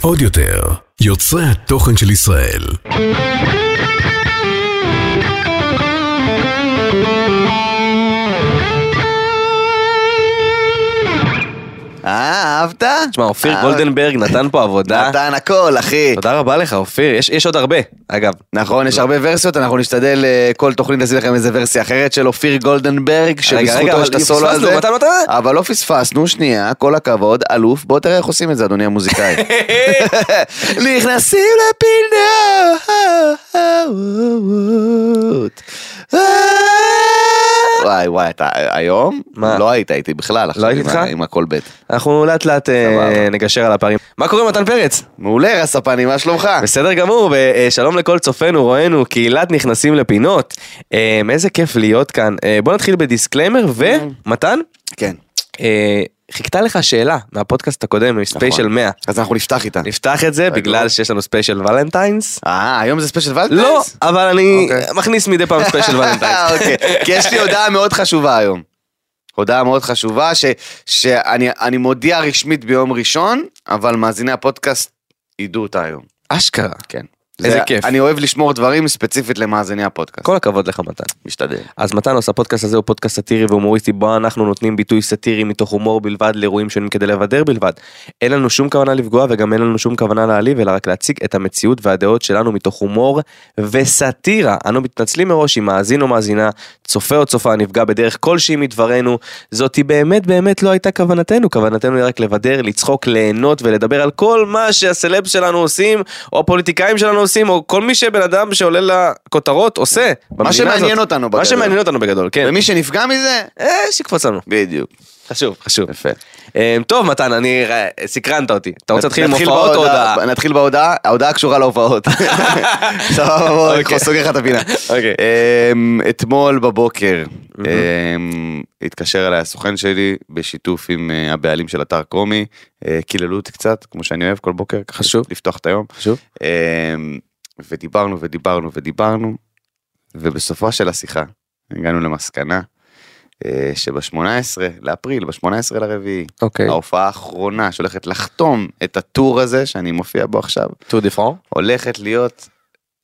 עוד יותר, יוצרי התוכן של ישראל. אה, אהבת? תשמע, אופיר אה, גולדנברג נתן פה עבודה. נתן הכל, אחי. תודה רבה לך, אופיר. יש- יש עוד הרבה, אגב. נכון, יש הרבה ורסיות, אנחנו נשתדל אה, כל תוכנית לשים לכם איזה ורסיה אחרת של אופיר גולדנברג, רגע, שבזכותו אבל יש את הסולו פספסנו, הזה. מתי נותן את אבל לא פספסנו, שנייה, כל הכבוד, אלוף, בוא תראה איך עושים את זה, אדוני המוזיקאי. נכנסים אה, לפינות. אה. וואי וואי, אתה היום? מה? לא היית איתי בכלל עכשיו הייתי עם איתך? ה- עם הכל בית. אנחנו לאט לאט אה, סבבה. נגשר על הפערים. מה קורה עם מתן פרץ? מעולה, רספני, מה שלומך? בסדר גמור, ושלום לכל צופינו, רואינו, קהילת נכנסים לפינות. אה, איזה כיף להיות כאן. אה, בוא נתחיל בדיסקליימר, ומתן, כן. אה, חיכתה לך שאלה מהפודקאסט נכון. הקודם, מספיישל 100. אז אנחנו נפתח איתה. נפתח את זה בגלל שיש לנו ספיישל ולנטיינס. אה, היום זה ספיישל ולטייס? לא, אבל אני אוקיי. מכניס מדי פעם ספיישל ולנטיינס. אוקיי, כי יש לי הודעה מאוד חשובה היום. הודעה מאוד חשובה, ש, שאני אני מודיע רשמית ביום ראשון, אבל מאזיני הפודקאסט ידעו אותה היום. אשכרה. כן. איזה זה- כיף. אני אוהב לשמור דברים ספציפית למאזיני הפודקאסט. כל הכבוד לך מתן. משתדל. אז מתן עושה פודקאסט הזה הוא פודקאסט סאטירי והומוריסטי בו אנחנו נותנים ביטוי סאטירי מתוך הומור בלבד לאירועים שונים כדי לבדר בלבד. אין לנו שום כוונה לפגוע וגם אין לנו שום כוונה להעליב אלא רק להציג את המציאות והדעות שלנו מתוך הומור וסאטירה. אנו מתנצלים מראש אם מאזין או מאזינה, צופה או צופה נפגע בדרך כלשהי מדברנו. זאתי באמת באמת לא הייתה כוונתנו, כוונתנו היא רק לבדר, לצחוק, ליהנות ולדבר על כל מה שהסלב שלנו עושים או הפוליטיקאים שלנו עושים או כל מי שבן אדם שעולה לכותרות עושה. במדינה שמעניין הזאת. אותנו בגדול. מה שמעניין אותנו בגדול, כן. ומי שנפגע מזה, אה, שיקפוץ לנו. בדיוק. חשוב, חשוב. יפה. אה, טוב, מתן, אני... אה, סקרנת אותי. אתה רוצה להתחיל עם נתחיל הופעות או בהודעה- הודעה? נתחיל בהודעה, ההודעה קשורה להופעות. סבבה, בוא, אני אוקיי. סוגר לך את הפינה. אוקיי. אמ, אתמול בבוקר אמ, התקשר אליי הסוכן שלי בשיתוף עם אה, הבעלים של אתר קומי, אה, קיללו אותי קצת, כמו שאני אוהב כל בוקר, ככה חשוב. לפתוח את היום. חשוב. אמ, ודיברנו ודיברנו ודיברנו, ובסופה של השיחה הגענו למסקנה אה, שב-18 לאפריל, ב-18 לרביעי, אוקיי. ההופעה האחרונה שהולכת לחתום את הטור הזה שאני מופיע בו עכשיו, טו דה פרון? הולכת להיות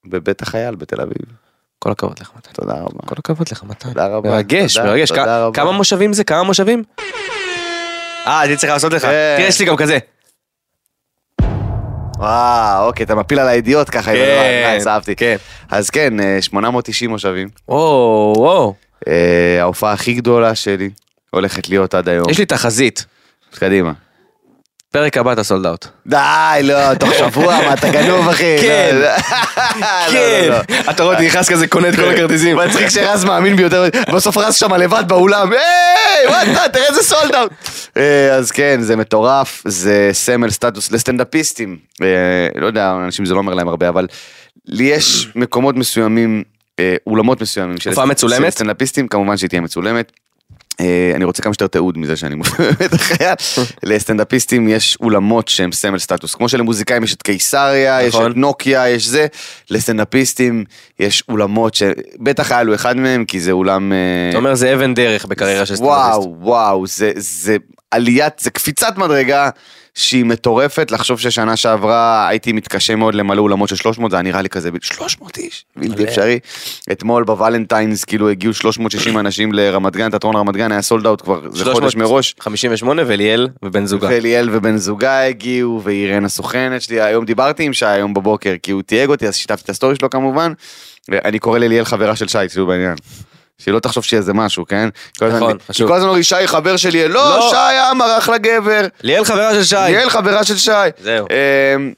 בבית החייל בתל אביב. כל הכבוד לך, מתן. תודה רבה. כל הכבוד לך, מתן. תודה רבה. מרגש, תודה, מרגש. תודה כ- רבה. כמה מושבים זה? כמה מושבים? אה, הייתי צריך לעשות לך. כן. תראה, יש לי גם כזה. וואו, אוקיי, אתה מפיל על הידיעות ככה, עם כן, הדבר, נייס, אהבתי. כן. אז כן, אה, 890 מושבים. וואו, וואו. אה, ההופעה הכי גדולה שלי הולכת להיות עד היום. יש לי תחזית. קדימה. פרק הבא אתה סולד אאוט. די, לא, תוך שבוע, מה, אתה גנוב, אחי. כן. לא, לא. לא, לא, כן. לא. אתה רואה אותי נכנס כזה, קונה את כל הכרטיסים. מצחיק שרז מאמין בי יותר, בסוף רז שם לבד באולם, היי, וואטה, תראה איזה סולד אאוט. אה, אז כן, זה מטורף, זה סמל סטטוס לסטנדאפיסטים. אה, לא יודע, אנשים זה לא אומר להם הרבה, אבל לי יש מקומות מסוימים, אה, אולמות מסוימים של הופעה מצולמת? של סטנדאפיסטים, כמובן שהיא תהיה מצולמת. אה, אני רוצה כמה שיותר תיעוד מזה שאני מופיע את החייל. לסטנדאפיסטים יש אולמות שהם סמל סטטוס, כמו שלמוזיקאים יש את קיסריה, יש נכון. את נוקיה, יש זה. לסטנדאפיסטים יש אולמות ש... בית החייל הוא אחד מהם, כי זה אולם... אה, אתה אומר זה אבן דרך בקריירה של סטנדאפיסט. וואו, וואו, זה, זה עליית, זה קפיצת מדרגה שהיא מטורפת. לחשוב ששנה שעברה הייתי מתקשה מאוד למלא אולמות של 300, זה היה נראה לי כזה, ב- 300 איש, בלתי אפשרי. אתמול בוולנטיינס כאילו הגיעו 360 אנשים לרמת גן, תיאטרון רמת גן היה סולד אאוט כבר, זה חודש מראש. 58 וליאל ובן זוגה. ואליאל ובן זוגה הגיעו, ואירן הסוכנת שלי, היום דיברתי עם שי היום בבוקר, כי הוא תייג אותי, אז שיתפתי את הסטורי שלו כמובן. אני קורא לליאל חברה של שי, תהיו בעניין. שלא תחשוב שיהיה איזה משהו, כן? כל הזמן- נכון, כי חשוב. כל הזמן אומרים, שי חבר שלי, לא, לא. שי עמר אחלה גבר. ליאל חברה של שי. ליאל חברה של שי. זהו. אמ,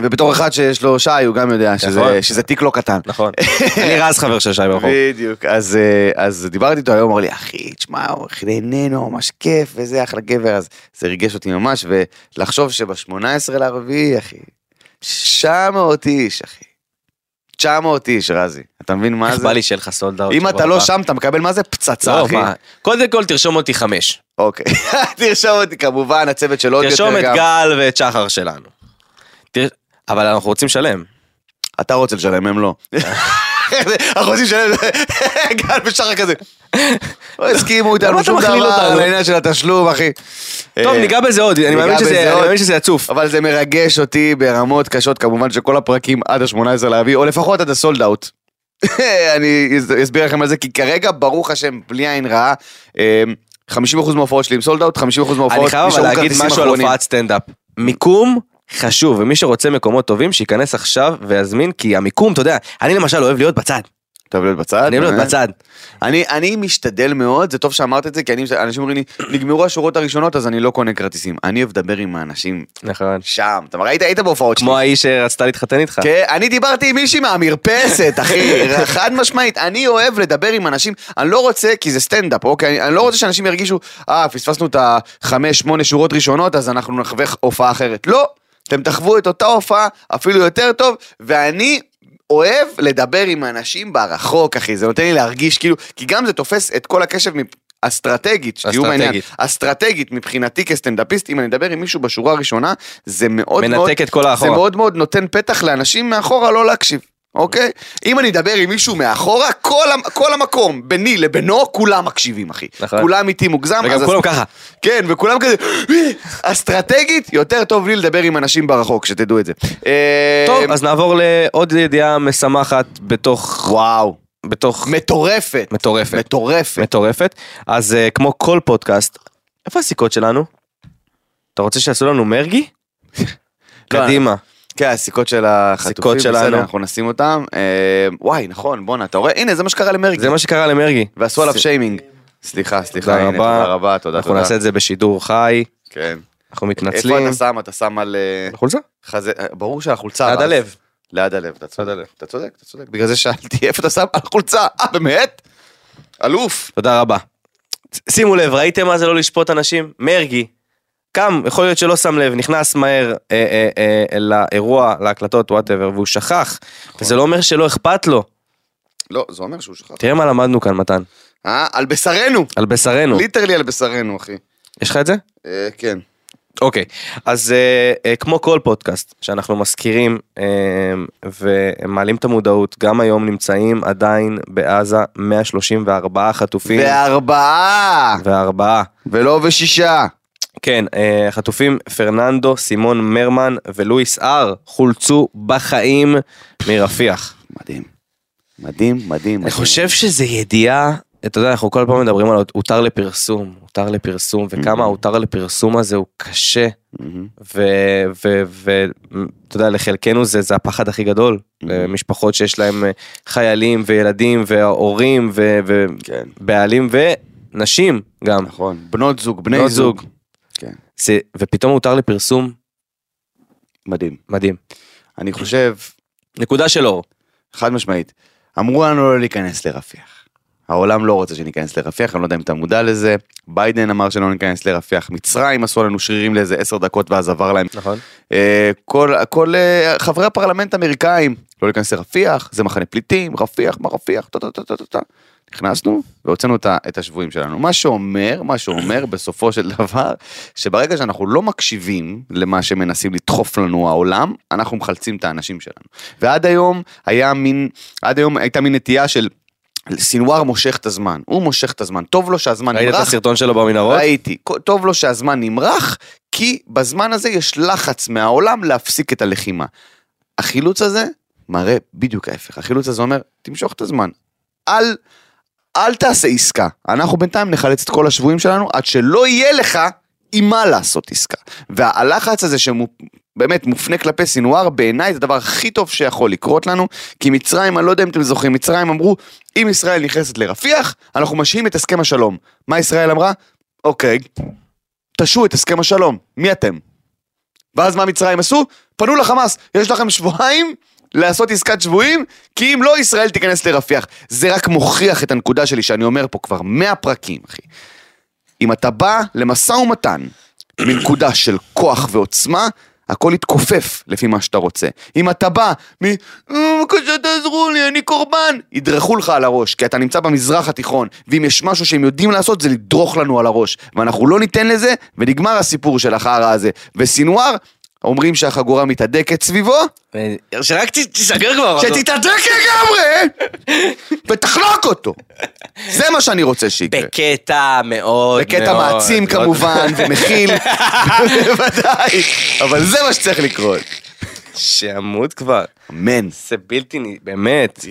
ובתור אחד שיש לו שי, הוא גם יודע שזה- נכון. שזה תיק לא קטן. נכון. אה, אני רז חבר של שי ברחוב. בדיוק, אז, אה, אז דיברתי איתו היום, אמר לי, אחי, תשמע, הוא הכי נהנינו, ממש כיף, וזה אחלה גבר, אז זה ריגש אותי ממש, ולחשוב שב-18 לרביעי, אחי, 900 איש, אחי. 900 איש, רזי. אתה מבין מה איך זה? בא לי שיהיה לך סולד אאוט? אם שבוע אתה לא הבא? שם, אתה מקבל מה זה פצצה, לא, אחי. מה? קודם כל תרשום אותי חמש. אוקיי, תרשום אותי, כמובן, הצוות של עוד יותר גם. תרשום את גל ואת שחר שלנו. תר- אבל אנחנו רוצים לשלם. אתה רוצה לשלם, הם לא. אנחנו רוצים לשלם גל ושחר כזה. לא הסכימו למה איתנו אתה שום מכליל דבר אותנו? על העניין של התשלום, אחי. טוב, אה, ניגע בזה עוד, אני ניגע מאמין שזה- בזה אני עוד. מאמין שזה יצוף. אבל זה מרגש אותי ברמות קשות, כמובן שכל הפרקים עד ה-18 להביא, או לפחות עד הסולד אאוט. אני אס- אסביר לכם על זה, כי כרגע, ברוך השם, בלי עין רעה, אה, 50% מההופעות שלי עם סולד אאוט, 50% מההופעות אני חייב אבל נשארו להגיד כרטיסים משהו על אחרונים. הופעת סטנדאפ. מיקום חשוב, ומי שרוצה מקומות טובים, שייכנס עכשיו ויזמין, כי המיקום, אתה יודע, אני למשל אוהב להיות בצד. אתה אוהב להיות בצד? אה? אני אוהב להיות באמת? בצד. אני, אני משתדל מאוד, זה טוב שאמרת את זה, כי אני, אנשים אומרים לי, נגמרו השורות הראשונות, אז אני לא קונה כרטיסים. אני אוהב לדבר עם האנשים נכון. שם. אתה ראית, היית בהופעות שלי. כמו האיש שרצתה להתחתן איתך. כן, אני דיברתי עם מישהי מהמרפסת, אחי, חד משמעית. אני אוהב לדבר עם אנשים, אני לא רוצה, כי זה סטנדאפ, אוקיי? אני, אני לא רוצה שאנשים ירגישו, אה, פספסנו את החמש, שמונה שורות ראשונות, אז אנחנו נחווה הופעה אחרת. לא, אתם תחוו את אותה הופעה, אפילו יותר טוב, ואני... אוהב לדבר עם אנשים ברחוק, אחי, זה נותן לי להרגיש כאילו, כי גם זה תופס את כל הקשב מפ- אסטרטגית, שתהיו בעניין, אסטרטגית. אסטרטגית מבחינתי כסטנדאפיסט, אם אני מדבר עם מישהו בשורה הראשונה, זה מאוד מאוד, מנתק את כל האחורה. זה מאוד מאוד נותן פתח לאנשים מאחורה לא להקשיב, אוקיי? אם אני אדבר עם מישהו מאחורה, כל, המ- כל המקום, ביני לבינו, כולם מקשיבים, אחי. נכון. כולם איתי מוגזם. וגם אז כולם אס- ככה. כן, וכולם כזה, אסטרטגית, יותר טוב לי לדבר עם אנשים ברחוק, שתדעו את זה. אה, טוב, אז נעבור לעוד ידיעה משמחת בתוך... וואו, בתוך... מטורפת. מטורפת. מטורפת. מטורפת. אז אה, כמו כל פודקאסט, איפה הסיכות שלנו? אתה רוצה שיעשו לנו מרגי? לא, קדימה. כן, הסיכות של החטופים, הסיכות שלנו. בסדר, אנחנו נשים אותם. אה, וואי, נכון, בואנה, אתה רואה? הנה, זה מה שקרה למרגי. זה מה שקרה למרגי. ועשו עליו זה- שיימינג. סליחה, סליחה, תודה הנה, רבה. תודה רבה, תודה, אנחנו תודה. נעשה את זה בשידור חי, כן. אנחנו איפה מתנצלים. אתה שם? אתה שם על... אה, חולצה? חזה, אה, ברור שהחולצה... עד רז. הלב. ליד הלב, אתה צודק, אתה צודק, אתה צודק. בגלל זה שאלתי איפה אתה שם על חולצה. אה, באמת? אלוף. תודה רבה. שימו לב, ראיתם מה זה לא לשפוט אנשים? מרגי, קם, יכול להיות שלא שם לב, נכנס מהר אה, אה, אה, לאירוע, להקלטות, וואטאבר, והוא שכח. וזה לא אומר שלא אכפת לו. לא, זה אומר שהוא שכח. תראה מה למדנו כאן, מתן. אה, על בשרנו. על בשרנו. ליטרלי על בשרנו, אחי. יש לך את זה? אה, כן. אוקיי, אז אה, אה, כמו כל פודקאסט שאנחנו מזכירים אה, ומעלים את המודעות, גם היום נמצאים עדיין בעזה 134 חטופים וארבעה. וארבעה. ולא ושישה. כן, אה, החטופים פרננדו, סימון מרמן ולואיס אר חולצו בחיים מרפיח. מדהים. מדהים, מדהים. אני חושב שזה ידיעה, אתה יודע, אנחנו כל פעם מדברים על הותר לפרסום, הותר לפרסום, וכמה הותר לפרסום הזה הוא קשה. ואתה יודע, לחלקנו זה, זה הפחד הכי גדול. אה, משפחות שיש להם אה, חיילים וילדים והורים כן. ובעלים ונשים גם. נכון. בנות זוג, בני בנות זוג. זוג. כן. זה, ופתאום הותר לפרסום, מדהים. מדהים. אני חושב, נקודה של אור. חד משמעית. אמרו לנו לא להיכנס לרפיח. העולם לא רוצה שניכנס לרפיח, אני לא יודע אם אתה מודע לזה. ביידן אמר שלא ניכנס לרפיח. מצרים עשו לנו שרירים לאיזה עשר דקות ואז עבר להם. נכון. אה, כל, כל אה, חברי הפרלמנט האמריקאים, לא להיכנס לרפיח, זה מחנה פליטים, רפיח, מה רפיח, טה טה טה טה טה, טה. נכנסנו והוצאנו את ה- את השבויים שלנו. מה שאומר, מה שאומר בסופו של דבר, שברגע שאנחנו לא מקשיבים למה שמנסים לדחוף לנו העולם, אנחנו מחלצים את האנשים שלנו. ועד היום היה מין, עד היום הייתה מין נטייה של סינואר מושך את הזמן, הוא מושך את הזמן, טוב לו שהזמן ראית את נמרח, הסרטון שלו במנהרות? ראיתי. כ- טוב לו שהזמן נמרח, כי בזמן הזה יש לחץ מהעולם להפסיק את הלחימה. החילוץ הזה מראה בדיוק ההפך. החילוץ הזה אומר, תמשוך את הזמן. אל, אל תעשה עסקה. אנחנו בינתיים נחלץ את כל השבויים שלנו עד שלא יהיה לך עם מה לעשות עסקה. והלחץ הזה שבאמת מופנה כלפי סינואר, בעיניי זה הדבר הכי טוב שיכול לקרות לנו, כי מצרים, אני לא יודע אם אתם זוכרים, מצרים אמרו, אם ישראל נכנסת לרפיח, אנחנו משהים את הסכם השלום. מה ישראל אמרה? אוקיי, תשו את הסכם השלום, מי אתם? ואז מה מצרים עשו? פנו לחמאס, יש לכם שבועיים לעשות עסקת שבויים, כי אם לא, ישראל תיכנס לרפיח. זה רק מוכיח את הנקודה שלי שאני אומר פה כבר 100 פרקים, אחי. אם אתה בא למשא ומתן מנקודה של כוח ועוצמה, הכל יתכופף לפי מה שאתה רוצה. אם אתה בא מ... "אה, בבקשה תעזרו לי, אני קורבן! ידרכו לך על הראש, כי אתה נמצא במזרח התיכון, ואם יש משהו שהם יודעים לעשות זה לדרוך לנו על הראש. ואנחנו לא ניתן לזה, ונגמר הסיפור של החרא הזה. וסינואר, אומרים שהחגורה מתהדקת סביבו, אה, שרק ת- תיסגר כבר. שתתהדק לגמרי, ותחנוק אותו. זה מה שאני רוצה שיקרה. בקטע מאוד בקטע מאוד. לא- מעצים מאוד- כמובן, ומכיל, בוודאי, אבל זה מה שצריך לקרות. שימות כבר. אמן. זה בלתי, נ- באמת.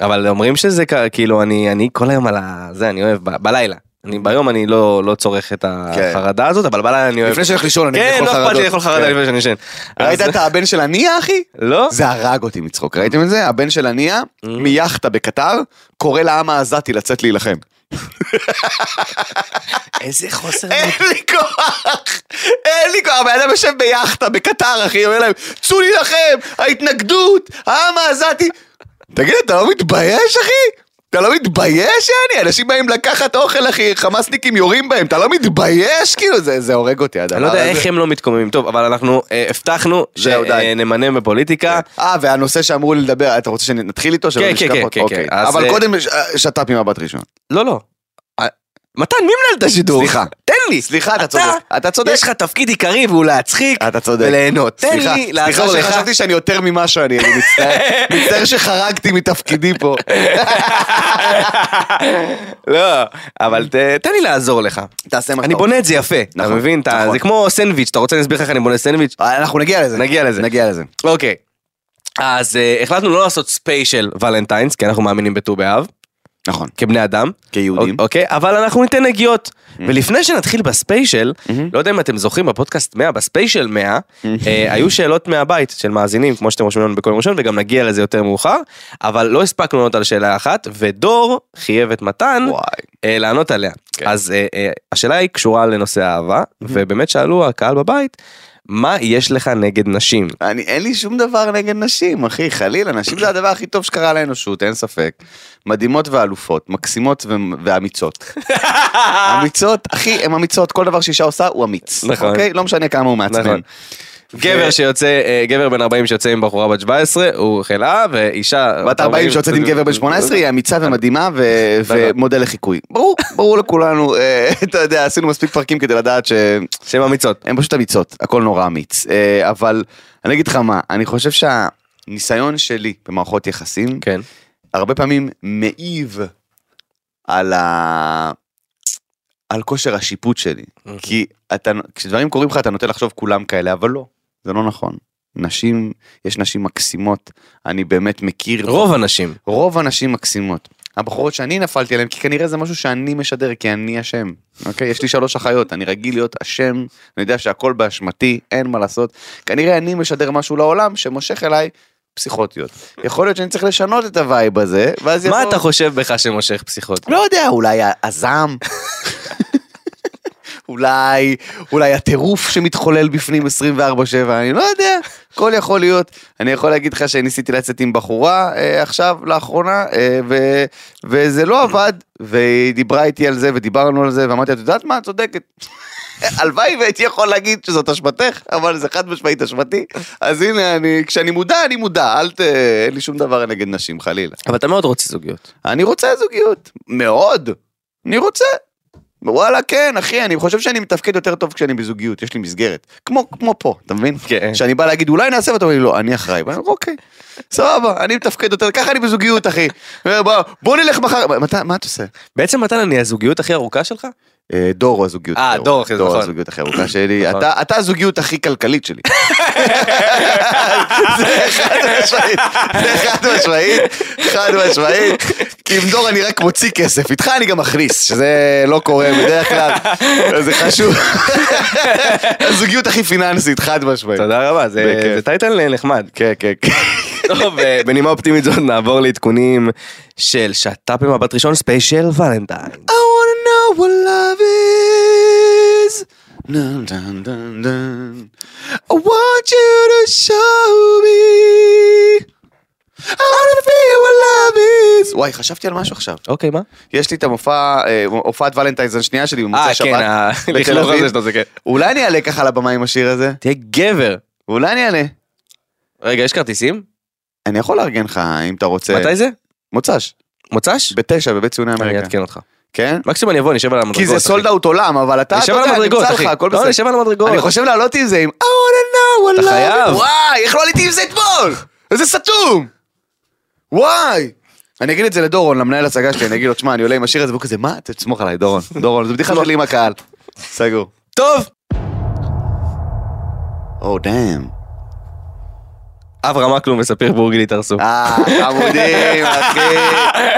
אבל אומרים שזה כ- כאילו אני אני כל היום על ה... זה אני אוהב ב- בלילה. אני ביום אני לא לא צורך את החרדה הזאת אבל בלילה אני אוהב. כן. לפני שאני הולך לישון, אני כן יכול לא אכפת לי חרדות. לאכול חרדה כן. לפני שאני ישן. ראית אז- את הבן של הנייה, אחי? לא? Mm. זה הרג אותי מצחוק, ראיתם את זה? הבן של הנייה, מיאכטה בקטר, קורא לעם העזתי לצאת להילחם. איזה חוסר אין לי כוח! אין לי כוח! הבן אדם יושב ביאכטה בקטר, אחי, אומר להם, צאו להילחם! ההתנגדות! העם העזתי! תגיד, אתה לא מתבייש, אחי? אתה לא מתבייש, יעני? אנשים באים לקחת אוכל, אחי, חמאסניקים יורים בהם, אתה לא מתבייש? כאילו, זה זה הורג אותי, הדבר אני הזה. לא יודע איך הם לא מתקוממים. טוב אבל אנחנו אה, הבטחנו אה, זהו, די. שנמנם בפוליטיקה. אה, והנושא שאמרו לי לדבר, אתה רוצה שנתחיל איתו? שלא כן, נשכח כן, כן, אותו? כן, אוקיי. כן. אז, אבל אה, קודם ש- אה, שת"פ עם מבט ראשון. לא לא. אה, מתן מי מנהל את השידור? סליחה. תן לי. סליחה, אתה צודק. אתה צודק. יש לך תפקיד עיקרי והוא להצחיק. אתה צודק. וליהנות. תן סליחה, לי לעזור לך. סליחה שחשבתי שאני יותר ממה שאני, אני מצטער. מצטער שחרגתי מתפקידי פה. לא, אבל ת- תן לי לעזור לך. תעשה מה אני שאתה בונה את זה יפה, אתה נכון, מבין? אתה- נכון. זה כמו סנדוויץ', אתה רוצה אני אסביר לך איך אני בונה סנדוויץ'? רוצה. אה, אנחנו נגיע לזה. נגיע לזה. נגיע לזה. אוקיי. אז אה, החלטנו לא לעשות ספיישל ולנטיינס, כי אנחנו מאמינים בט"ו באב, נכון. כבני אדם. כיהודים. אוק- אוקיי, אבל אנחנו ניתן נגיעות. Mm. ולפני שנתחיל בספיישל, אוקיי. לא יודע אם אתם זוכרים, בפודקאסט 100, בספיישל 100, אה, היו שאלות מהבית של מאזינים, כמו שאתם רושמים לנו בכל יום ראשון, וגם נגיע לזה יותר מאוחר, אבל לא הספקנו לענות על שאלה אחת, ודור חייב את מתן וואי. אה, לענות עליה. כן. אז אה, אה, השאלה היא קשורה לנושא האהבה, ובאמת שאלו הקהל בבית, מה יש לך נגד נשים? אני, אין לי שום דבר נגד נשים, אחי, חלילה, נשים זה הדבר הכי טוב שקרה לאנושות, אין ספק. מדהימות ואלופות, מקסימות ו- ואמיצות. אמיצות, אחי, הן אמיצות, כל דבר שאישה עושה הוא אמיץ. אה. נכון. אוקיי? לא משנה כמה הוא מעצבן. נכון. גבר שיוצא, אה, גבר בן 40 שיוצא עם בחורה בת 17, הוא חלאה, ואישה... בת 40 שיוצאת עם גבר בן 18 היא אמיצה ומדהימה ו- ומודל לחיקוי. ברור, ברור לכולנו, אה, אתה יודע, עשינו מספיק פרקים כדי לדעת שהן שהן אמיצות. פשוט אמיצות, הכל נורא אמיץ. אה, אבל אני אגיד לך מה, אני חושב שהניסיון שלי במערכות יחסים, כן. הרבה פעמים מעיב על ה... על כושר השיפוט שלי. כי אתה, כשדברים קורים לך אתה נוטה לחשוב כולם כאלה, אבל לא, זה לא נכון. נשים, יש נשים מקסימות, אני באמת מכיר. רוב הנשים. רוב הנשים מקסימות. הבחורות שאני נפלתי עליהן, כי כנראה זה משהו שאני משדר, כי אני אשם. אוקיי? יש לי שלוש אחיות, אני רגיל להיות אשם, אני יודע שהכל באשמתי, אין מה לעשות. כנראה אני משדר משהו לעולם שמושך אליי פסיכוטיות. יכול להיות שאני צריך לשנות את הווייב הזה, ואז יבוא... מה אתה חושב בך שמושך פסיכות? לא יודע, אולי הזעם. אולי, אולי הטירוף שמתחולל בפנים 24-7, אני לא יודע, הכל יכול להיות. אני יכול להגיד לך שניסיתי לצאת עם בחורה אה, עכשיו, לאחרונה, אה, ו, וזה לא עבד, והיא דיברה איתי על זה, ודיברנו על זה, ואמרתי, את יודעת מה, את צודקת. הלוואי והייתי יכול להגיד שזאת אשמתך, אבל זה חד משמעית אשמתי. אז הנה, אני, כשאני מודע, אני מודע, אל ת... אין לי שום דבר נגד נשים, חלילה. אבל אתה מאוד רוצה זוגיות. אני רוצה זוגיות, מאוד. אני רוצה. וואלה כן אחי אני חושב שאני מתפקד יותר טוב כשאני בזוגיות יש לי מסגרת כמו כמו פה אתה מבין כן. שאני בא להגיד אולי נעשה ואתה אומר לי לא אני אחראי ואני אומר, אוקיי סבבה אני מתפקד יותר ככה אני בזוגיות אחי בוא, בוא נלך מחר מה, מה, מה אתה עושה בעצם מתן אני הזוגיות הכי ארוכה שלך? אה, דור הוא הזוגיות אה, הכי ארוכה. דור, אחי, זה דור נכון. הזוגיות הכי ארוכה שלי נכון. אתה אתה הזוגיות הכי כלכלית שלי זה חד משמעית זה חד משמעית חד משמעית כי עם דור אני רק מוציא כסף איתך אני גם מכניס שזה לא קורה בדרך כלל זה חשוב הזוגיות הכי פיננסית חד משמעית תודה רבה, זה בכיף. זה טייטל נחמד. כן כן כן. טוב, אה, בנימה אופטימית זאת נעבור לעדכונים של שת"פ עם הבת ראשון ספיישל ולנטיין. I wanna know what love is. Dun, dun, dun, dun. I want you to show me. I wanna feel what love is. וואי, חשבתי על משהו עכשיו. אוקיי, מה? יש לי את המופע, אה, הופעת ולנטיינס השנייה שלי אה, במוצאי שבת. כן, בתל הלכלוך אביב. הזה שאתה עושה, כן. אולי אני אעלה ככה לבמה עם השיר הזה? תהיה גבר. אולי אני אעלה. רגע, יש כרטיסים? אני יכול לארגן לך אם אתה רוצה. מתי זה? מוצ"ש. מוצ"ש? בתשע, בבית ציוני אני אמריקה. אעדכן אותך. כן? מקסימום אני אבוא, נשב על המדרגות. כי זה אחי. סולד אאוט עולם, אבל אתה, אתה נשב על יודע, המדרגות, נמצא אחי. לך, הכל לא, בסדר. נשב על המדרגות. אני חושב לעלות עם זה עם I wanna know, I אתה love חייב. it. וואי, איך לא עליתי עם זה אתמול? איזה סתום! וואי! אני אגיד את זה לדורון, למנהל הצגה שלי, אני אגיד לו, תשמע, אני עולה עם השיר הזה, והוא כזה, מה? תסמוך עליי, דורון. דורון, זו לא. בדיחה שלי עם הקהל. סגור. Oh, טוב! או, דאם. אברהם מקלום וספיר בורגלי התארסו. אה, חמודים, אחי.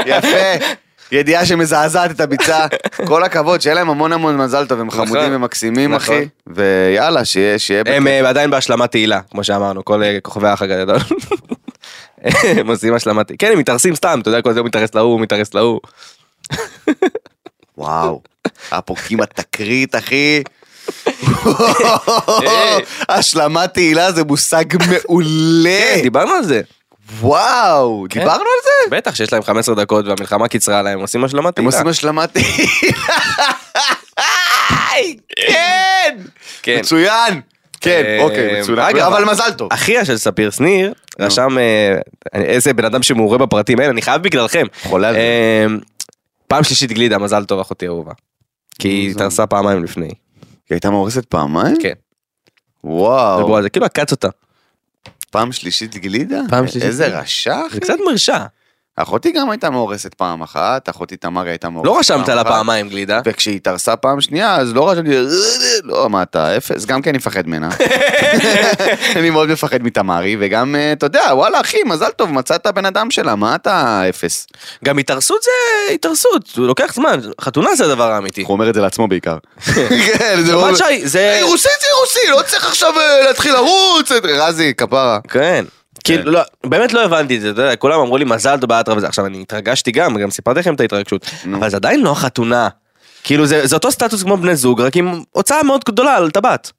יפה. ידיעה שמזעזעת את הביצה. כל הכבוד, שיהיה להם המון המון מזל טוב, הם חמודים ומקסימים, נכון. אחי. ויאללה, שיהיה, שיהיה... הם אה, עדיין בהשלמת תהילה, כמו שאמרנו, כל אה, כוכבי האח הגדול. הם עושים השלמת... כן, הם מתארסים סתם, אתה יודע, כל זה הוא מתארס להוא, הוא מתארס להוא. וואו, היה פה כמעט תקרית, אחי. אה. השלמת תהילה זה מושג מעולה. כן, דיברנו על זה. וואו, דיברנו על אה. זה? בטח שיש להם 15 דקות והמלחמה קיצרה להם, עושים השלמת הם תהילה. עושים השלמת תהילה. כן! כן. מצוין. כן, אה, אוקיי, מצוין. אגב, אה, אבל מזל טוב. אחיה של ספיר שניר רשם אה, אני- איזה בן אדם שמעורה בפרטים האלה, אני חייב בגללכם. חולה על זה. אה, פעם שלישית גלידה, מזל טוב אחותי אהובה. כי היא התארסה פעמיים לפני. היא הייתה מאורסת פעמיים? כן. וואו, דיברו על זה, כאילו עקץ אותה. פעם שלישית גלידה? פעם שלישית איזה גלידה. רשע, אחי. זה קצת מרשע. אחותי גם הייתה מאורסת פעם אחת, אחותי תמרי הייתה מאורסת פעם לא אחת. רשמת לה פעמיים גלידה. וכשהיא התארסה פעם שנייה, אז לא רשמתי, "אה, לא, מה אתה, אפס, גם כי אני מפחד ממנה. אני מאוד מפחד מתמרי, וגם, אה, אתה יודע, וואלה, אחי, מזל טוב, מצאת בן אדם שלה, מה אתה אפס? גם התארסות זה התארסות, זה לוקח זמן, חתונה זה הדבר האמיתי. הוא אומר את זה לעצמו בעיקר. כן, זה שבת מאוד- שי, זה... היי, רוסית זה רוסי, לא צריך עכשיו אה, להתחיל לרוץ, את- רזי, כפרה. כן. כאילו, לא, באמת לא הבנתי את זה, אתה יודע, כולם אמרו לי מזל טוב באטרף וזה. עכשיו, אני התרגשתי גם, גם סיפרתי לכם את ההתרגשות, אבל זה עדיין לא חתונה. כאילו, זה זה אותו סטטוס כמו בני זוג, רק עם הוצאה מאוד גדולה על טבעת.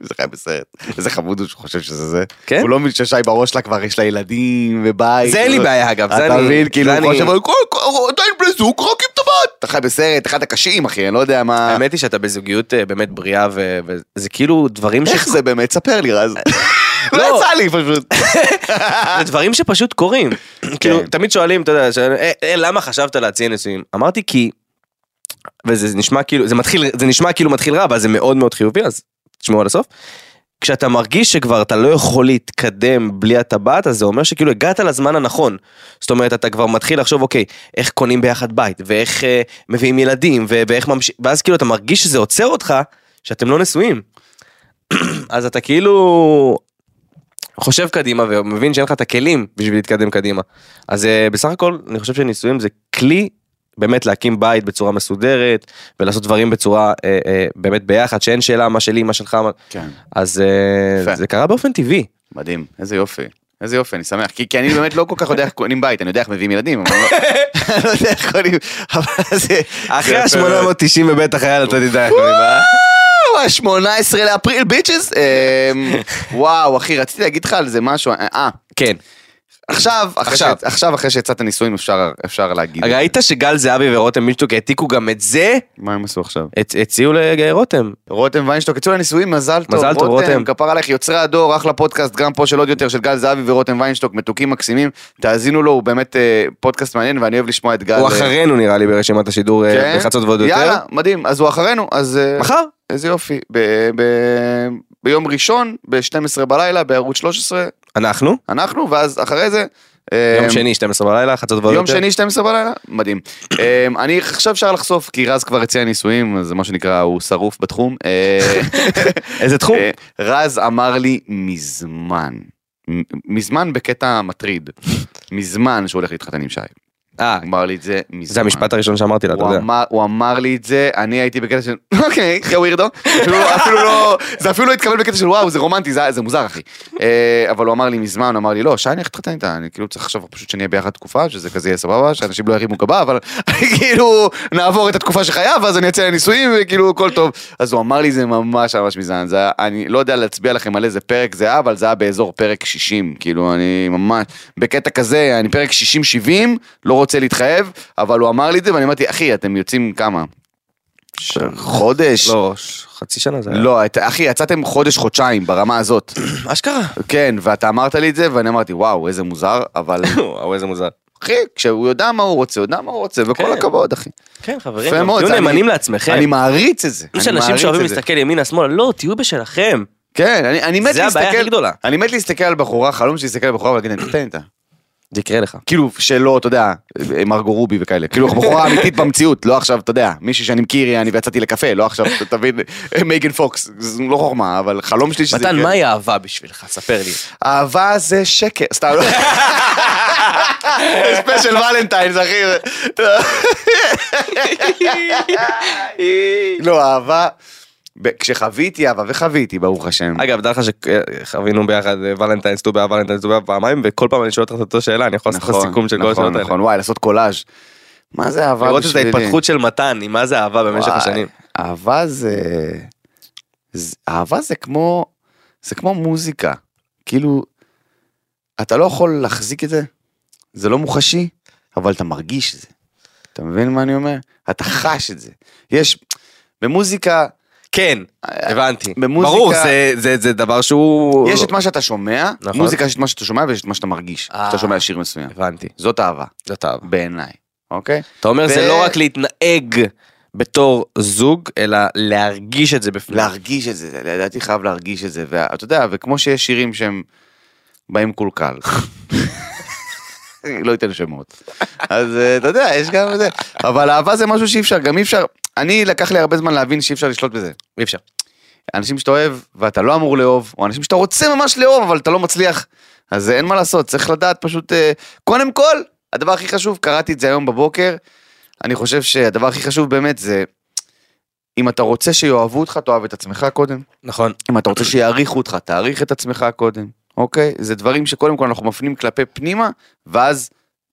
זה חי בסרט. איזה חמוד הוא שהוא חושב שזה זה. כן? הוא לא מבין ששי בראש שלה כבר יש לה ילדים ובית. לא- זה אין לי בעיה, אגב, זה אתה אני- מבין, כאילו, זה הוא אני- חושב, "כל- כל- עדיין בני זוג, רק עם טבעת. אתה חי בסרט, אחד הקשים, אחי, אני לא יודע מה... האמת היא שאתה בזוגיות אה, באמת בריאה, ו- וזה כאילו דברים ש... איך זה באמת? ספר לי, רז. לא לא. יצא לי פשוט. זה דברים שפשוט קורים. כאילו, תמיד שואלים, אתה יודע, שואלים, "אה, אה, למה חשבת להציע נישואים? אמרתי כי... וזה נשמע כאילו, זה מתחיל, זה נשמע כאילו מתחיל רע, אבל זה מאוד מאוד חיובי, אז תשמעו עד הסוף. כשאתה מרגיש שכבר אתה לא יכול להתקדם בלי הטבעת, אז זה אומר שכאילו הגעת לזמן הנכון. זאת אומרת, אתה כבר מתחיל לחשוב, אוקיי, איך קונים ביחד בית, ואיך אה, מביאים ילדים, ו- ואיך ממשיך, ואז כאילו אתה מרגיש שזה עוצר אותך, שאתם לא נשואים. אז אתה כאילו חושב קדימה ומבין שאין לך את הכלים בשביל להתקדם קדימה. אז אה, בסך הכל, אני חושב שנישואים זה כלי באמת להקים בית בצורה מסודרת, ולעשות דברים בצורה אה, אה, באמת ביחד, שאין שאלה מה שלי, מה שלך. מה... כן. אז אה, יפה. זה קרה באופן טבעי. מדהים, איזה יופי. איזה יופי, אני שמח. כי כי אני באמת לא כל כך יודע איך קונים בית, אני יודע איך מביאים ילדים, אבל אני לא- אני לא יודע איך קונים... אבל זה... אחרי זה יפה מאוד. ה-890 בבית החייל אתה תדע איך קוראים לה. וואו, 18 אה, לאפריל, ביצ'ס. אמ, וואו, אחי, רציתי להגיד לך על זה משהו. אה, כן. עכשיו, אחרי עכשיו. ש- עכשיו, אחרי שיצאת נישואים, אפשר- אפשר להגיד. את זה. ראית שגל זהבי ורותם מילצ'וק העתיקו גם את זה? מה הם עשו עכשיו? הצ- הציעו לרותם. רותם ויינשטוק, יצאו לנישואים, מזל טוב. מזל טוב, רותם. כפר עליך, יוצרי הדור, אחלה פודקאסט, גם פה של עוד יותר, של גל זהבי ורותם ויינשטוק, מתוקים מקסימים. תאזינו לו, הוא באמת אה, פודקאסט מעניין, ואני אוהב לשמוע את גל. הוא אה, אחרינו נראה לי ברשימת השידור אה, כן? בחצות ועוד יותר. יאללה, מדהים, אז הוא אחרינו, אז... אה, מחר. איזה יופי. ב- ב- ביום ראשון, ב-12 בלילה, בערוץ 13, אנחנו? אנחנו, ואז אחרי זה... אה, יום שני, 12 בלילה, חצות ועוד יותר. יום שני 12 בלילה? מדהים. אמ, אני עכשיו אפשר לחשוף, כי רז כבר הציע נישואים, אז זה מה שנקרא, הוא שרוף בתחום. אה, איזה תחום? אה, רז אמר לי מזמן, מ- מזמן בקטע מטריד, מזמן שהוא הולך להתחתן עם שי. אה, הוא אמר לי את זה מזמן. זה המשפט הראשון שאמרתי לה, אתה הוא יודע. אמר, הוא אמר לי את זה, אני הייתי בקטע של אוקיי, יא ווירדו, אפילו- אפילו לא, זה אפילו לא התקבל בקטע של וואו, זה רומנטי, זה זה מוזר אחי. אה, אבל הוא אמר לי מזמן, הוא אמר לי לא, שי אני אתחתן איתה, אני כאילו צריך עכשיו פשוט שנהיה ביחד תקופה, שזה כזה יהיה סבבה, שאנשים לא ירימו גבה, אבל כאילו נעבור את התקופה שחייב, ואז אני אצא לנישואים, וכאילו הכל טוב. אז הוא אמר לי זה ממש ממש מזמן, זה היה- אני לא יודע להצביע לכם על איזה פרק זה היה, אבל זה היה באזור פרק 60, כאילו אני ממש, בקטע כזה, אני פרק 60-70, לא רוצה להתחייב, אבל הוא אמר לי את זה, ואני אמרתי, אחי, אתם יוצאים כמה? חודש? לא, ש- חצי שנה זה היה. לא, את- אחי, יצאתם חודש-חודשיים ברמה הזאת. אשכרה. כן, ואתה אמרת לי את זה, ואני אמרתי, וואו, איזה מוזר, אבל וואו, איזה מוזר. אחי, כשהוא יודע מה הוא רוצה, הוא יודע מה הוא רוצה, וכל כן. הכבוד, אחי. כן, חברים, יפה אבל מאוד, תהיו אני- נאמנים לעצמכם. אני מעריץ את זה. יש אני אנשים מעריץ שאוהבים את זה. להסתכל ימינה שמאלה, לא, תהיו בשלכם. כן, אני, אני מת זה להסתכל... הבעיה הכי גדולה. אני מת להסתכל על בחורה, חלום שלי להסתכל על בחורה ולהגיד, אני מתחתן איתה. זה יקרה לך. כאילו, שלא, אתה יודע, מרגו רובי וכאלה. כאילו, בחורה אמיתית במציאות, לא עכשיו, אתה יודע, מישהי שאני מכיר, אני ויצאתי לקפה, לא עכשיו, אתה תבין, מייגן פוקס, זה לא חוכמה, אבל חלום שלי שזה... כן. מתן, יקרה. מהי אהבה בשבילך? ספר לי. אהבה זה שקר, סתם. ספיישל ולנטיינס, אחי. לא, אהבה... ב- כשחוויתי אהבה, וחוויתי, ברוך השם. אגב, דע לך שחווינו ביחד אה, ולנטיינס טו באב, ולנטיינס טו באב פעמיים, וכל פעם אני שואל אותך את אותו שאלה, אני יכול לעשות לך סיכום של כל השאלות נכון, האלה. נכון, וואי, לעשות קולאז'. מה זה אהבה לראות את בשבילי? ההתפתחות של מתן, עם מה זה אהבה במשך וואי, השנים. אהבה זה... זה- אהבה זה כמו... זה כמו מוזיקה. כאילו, אתה לא יכול להחזיק את זה, זה לא מוחשי, אבל אתה מרגיש את זה. אתה מבין מה אני אומר? אתה חש את זה. יש... במוזיקה, כן, הבנתי. אה, במוזיקה- ברור, זה- זה- זה דבר שהוא... יש את מה שאתה שומע, נכון. מוזיקה יש את מה שאתה שומע ויש את מה שאתה מרגיש, אה. כשאתה שומע שיר מסוים. הבנתי, זאת אהבה, זאת אהבה. בעיניי, אוקיי? אתה אומר, זה ו- לא רק להתנהג בתור זוג, אלא להרגיש את זה בפנים. להרגיש את זה, לדעתי חייב להרגיש את זה, ואתה יודע, וכמו שיש שירים שהם באים קולקל. לא אתן שמות. אז אה, אתה יודע, יש גם זה, אבל אהבה זה משהו שאי אפשר, גם אי אפשר, אני לקח לי הרבה זמן להבין שאי אפשר לשלוט בזה. אי אפשר. אנשים שאתה אוהב ואתה לא אמור לאהוב, או אנשים שאתה רוצה ממש לאהוב אבל אתה לא מצליח, אז אה, אין מה לעשות, צריך לדעת פשוט, אה, קודם כל, הדבר הכי חשוב, קראתי את זה היום בבוקר, אני חושב שהדבר הכי חשוב באמת זה, אם אתה רוצה שיאהבו אותך, תאהב את עצמך קודם. נכון. אם אתה רוצה שיעריכו אותך, תעריך את עצמך קודם, אוקיי? זה דברים שקודם כל אנחנו מפנים כלפי פנימה, ואז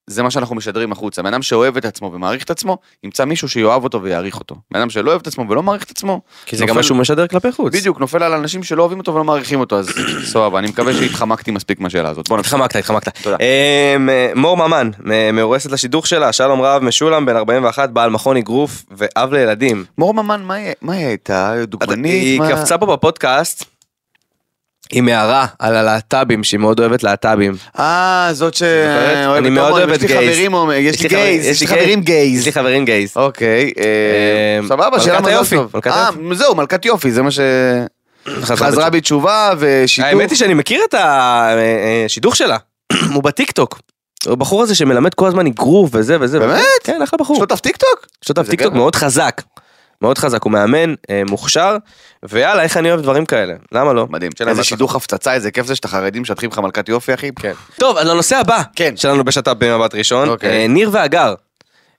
זה מה שאנחנו משדרים החוצה. בן אדם שאוהב את עצמו ומעריך את עצמו, ימצא מישהו שיאהב אותו ויעריך אותו. בן אדם שלא אוהב את עצמו ולא מעריך את עצמו, כי זה גם נופל- מה שהוא משדר כלפי חוץ. בדיוק, נופל על אנשים שלא אוהבים אותו ולא מעריכים אותו, אז סבבה, אני מקווה שהתחמקתי מספיק מהשאלה הזאת. בוא נמשיך. התחמקת, התחמקת. תודה. אמ, מור ממן, מ- מאורסת לשידוך שלה, שלום רב, משולם, בן 41, בעל מכון אגרוף ואב לילדים. מור ממן, מה היא- מה היא הייתה? דוגמנית? היא מה- קפצה פה בפודקאסט עם הערה על הלהט"בים, שהיא מאוד אוהבת להט"בים. אה, זאת זוכרת? שאוהבת אני מאוד הומואים. אוהבת יש לי גייז. חברים הומואים, יש לי גייז, יש לי חברים גייז. יש לי חברים גייז. אוקיי, אה, אה, סבבה, מלכת שאלה מזל היופי, טוב. מלכת אה, זהו, מלכת יופי, זה מה ש... חזרה בתשובה ושיתוף. האמת היא שאני מכיר את אה, השידוך שלה, הוא בטיקטוק. הבחור הזה שמלמד כל הזמן אגרוף וזה וזה. באמת? וזה. כן, אחלה בחור. יש לו טיקטוק? שותף זה טיקטוק גבר. מאוד חזק. מאוד חזק, הוא מאמן, אה, מוכשר, ויאללה, איך אני אוהב דברים כאלה, למה לא? מדהים. שאלה איזה בהצלחה. שידוך הפצצה, איזה כיף זה שאתה חרדים משטחים לך מלכת יופי, אחי. כן. טוב, אז לנושא הבא, כן. שלנו בשת"פ במבט ראשון, אוקיי. אה, ניר והגר,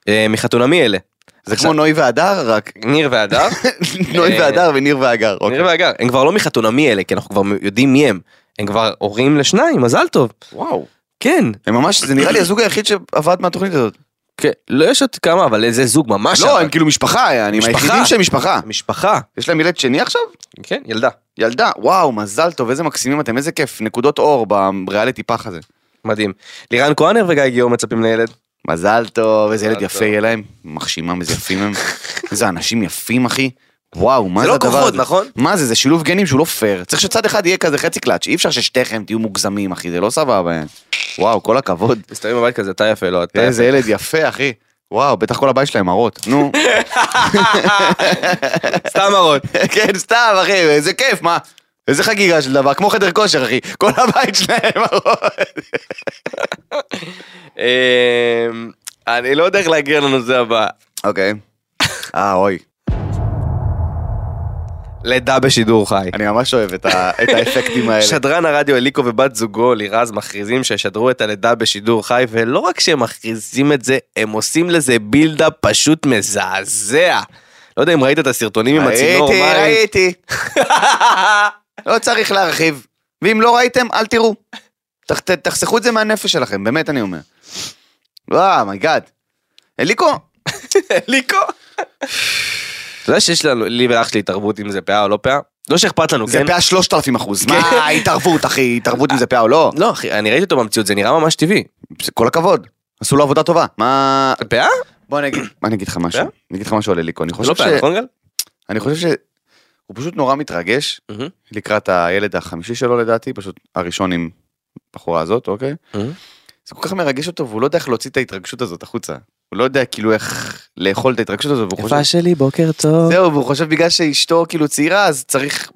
אה, מחתונמי אלה, זה כמו נוי והדר, רק ניר והדר, אוקיי. נוי והדר וניר והגר. אוקיי. אה, ניר והגר, הם כבר לא מחתונמי אלה, כי אנחנו כבר יודעים מי הם, הם כבר הורים לשניים, מזל טוב, וואו. כן, הם ממש, זה נראה לי הזוג היחיד שעבד מהתוכנית הזאת. כן, לא יש עוד כמה, אבל איזה זוג ממש, לא, אבל- הם כאילו משפחה, אני משפחה. היחידים שהם משפחה. משפחה, יש להם ילד שני עכשיו? כן, ילדה, ילדה, וואו, מזל טוב, איזה מקסימים אתם, איזה כיף, נקודות אור בריאליטי פח הזה. מדהים, לירן כהנר וגיא גיאור מצפים לילד, מזל טוב, איזה ילד מזל יפה טוב. יהיה להם, מרשימם, איזה יפים הם, איזה אנשים יפים אחי, וואו, מה זה זה, לא הדבר הזה? כוחות, נכון? מה זה, זה שילוב גנים שהוא לא פייר, צריך שצד אחד יהיה כזה חצי קלאץ', אי אפשר ששתיכם תהיו מוגזמים אחי, זה לא סבבה, וואו, כל הכבוד, מסתובבים בבית כזה, אתה יפה, לא, אתה יפה, איזה ילד יפה אחי, וואו, בטח כל הבית שלהם מראות, נו, סתם מראות, כן, סתם אחי, איזה כיף, מה? איזה חגיגה של דבר, כמו חדר כושר אחי, כל הבית שלהם מראות. אמ, אני לא יודע איך להגיע לנושא הבא. אוקיי. אה, אוי. לידה בשידור חי. אני ממש אוהב את ה- את האפקטים האלה. שדרן הרדיו אליקו ובת זוגו לירז מכריזים שישדרו את הלידה בשידור חי, ולא רק שהם מכריזים את זה, הם עושים לזה בילדה פשוט מזעזע. לא יודע אם ראית את הסרטונים עם הצינור ראיתי, מים. ראיתי. לא צריך להרחיב. ואם לא ראיתם, אל תראו. תח- ת- תחסכו את זה מהנפש שלכם, באמת אני אומר. וואו, מייגאד. אליקו, אוקיי. אליקו. אתה יודע שיש לנו, לי ולאח שלי התערבות אם זה פאה או לא פאה? לא שאכפת לנו, זה כן? פאה 3,000 אחוז. אוקיי. מה ההתערבות, אחי? התערבות אם זה פאה או לא? לא, אחי, אני ראיתי אותו במציאות, זה נראה ממש טבעי. כל הכבוד. עשו לו עבודה טובה. מה... זה פאה? בוא אני אגיד... אני אגיד לך משהו. פאה? אני אגיד לך משהו על אליקו. אני כן? זה חושב לא ש... פאה, נכון גל? אני חושב שהוא פשוט נורא מתרגש מהמם. לקראת הילד החמישי שלו לדעתי, פשוט הראשון עם בחורה הזאת, אוקיי? מהמם. זה כל כך מרגש אותו, והוא לא יודע איך להוציא את ההתרגשות הזאת החוצה. הוא לא יודע כאילו איך לאכול את ההתרגשות הזאת, והוא חושב... אוקיי, יפה שלי, בוקר טוב. זהו, והוא חושב בגלל שאשתו כאילו צעירה, אז צריך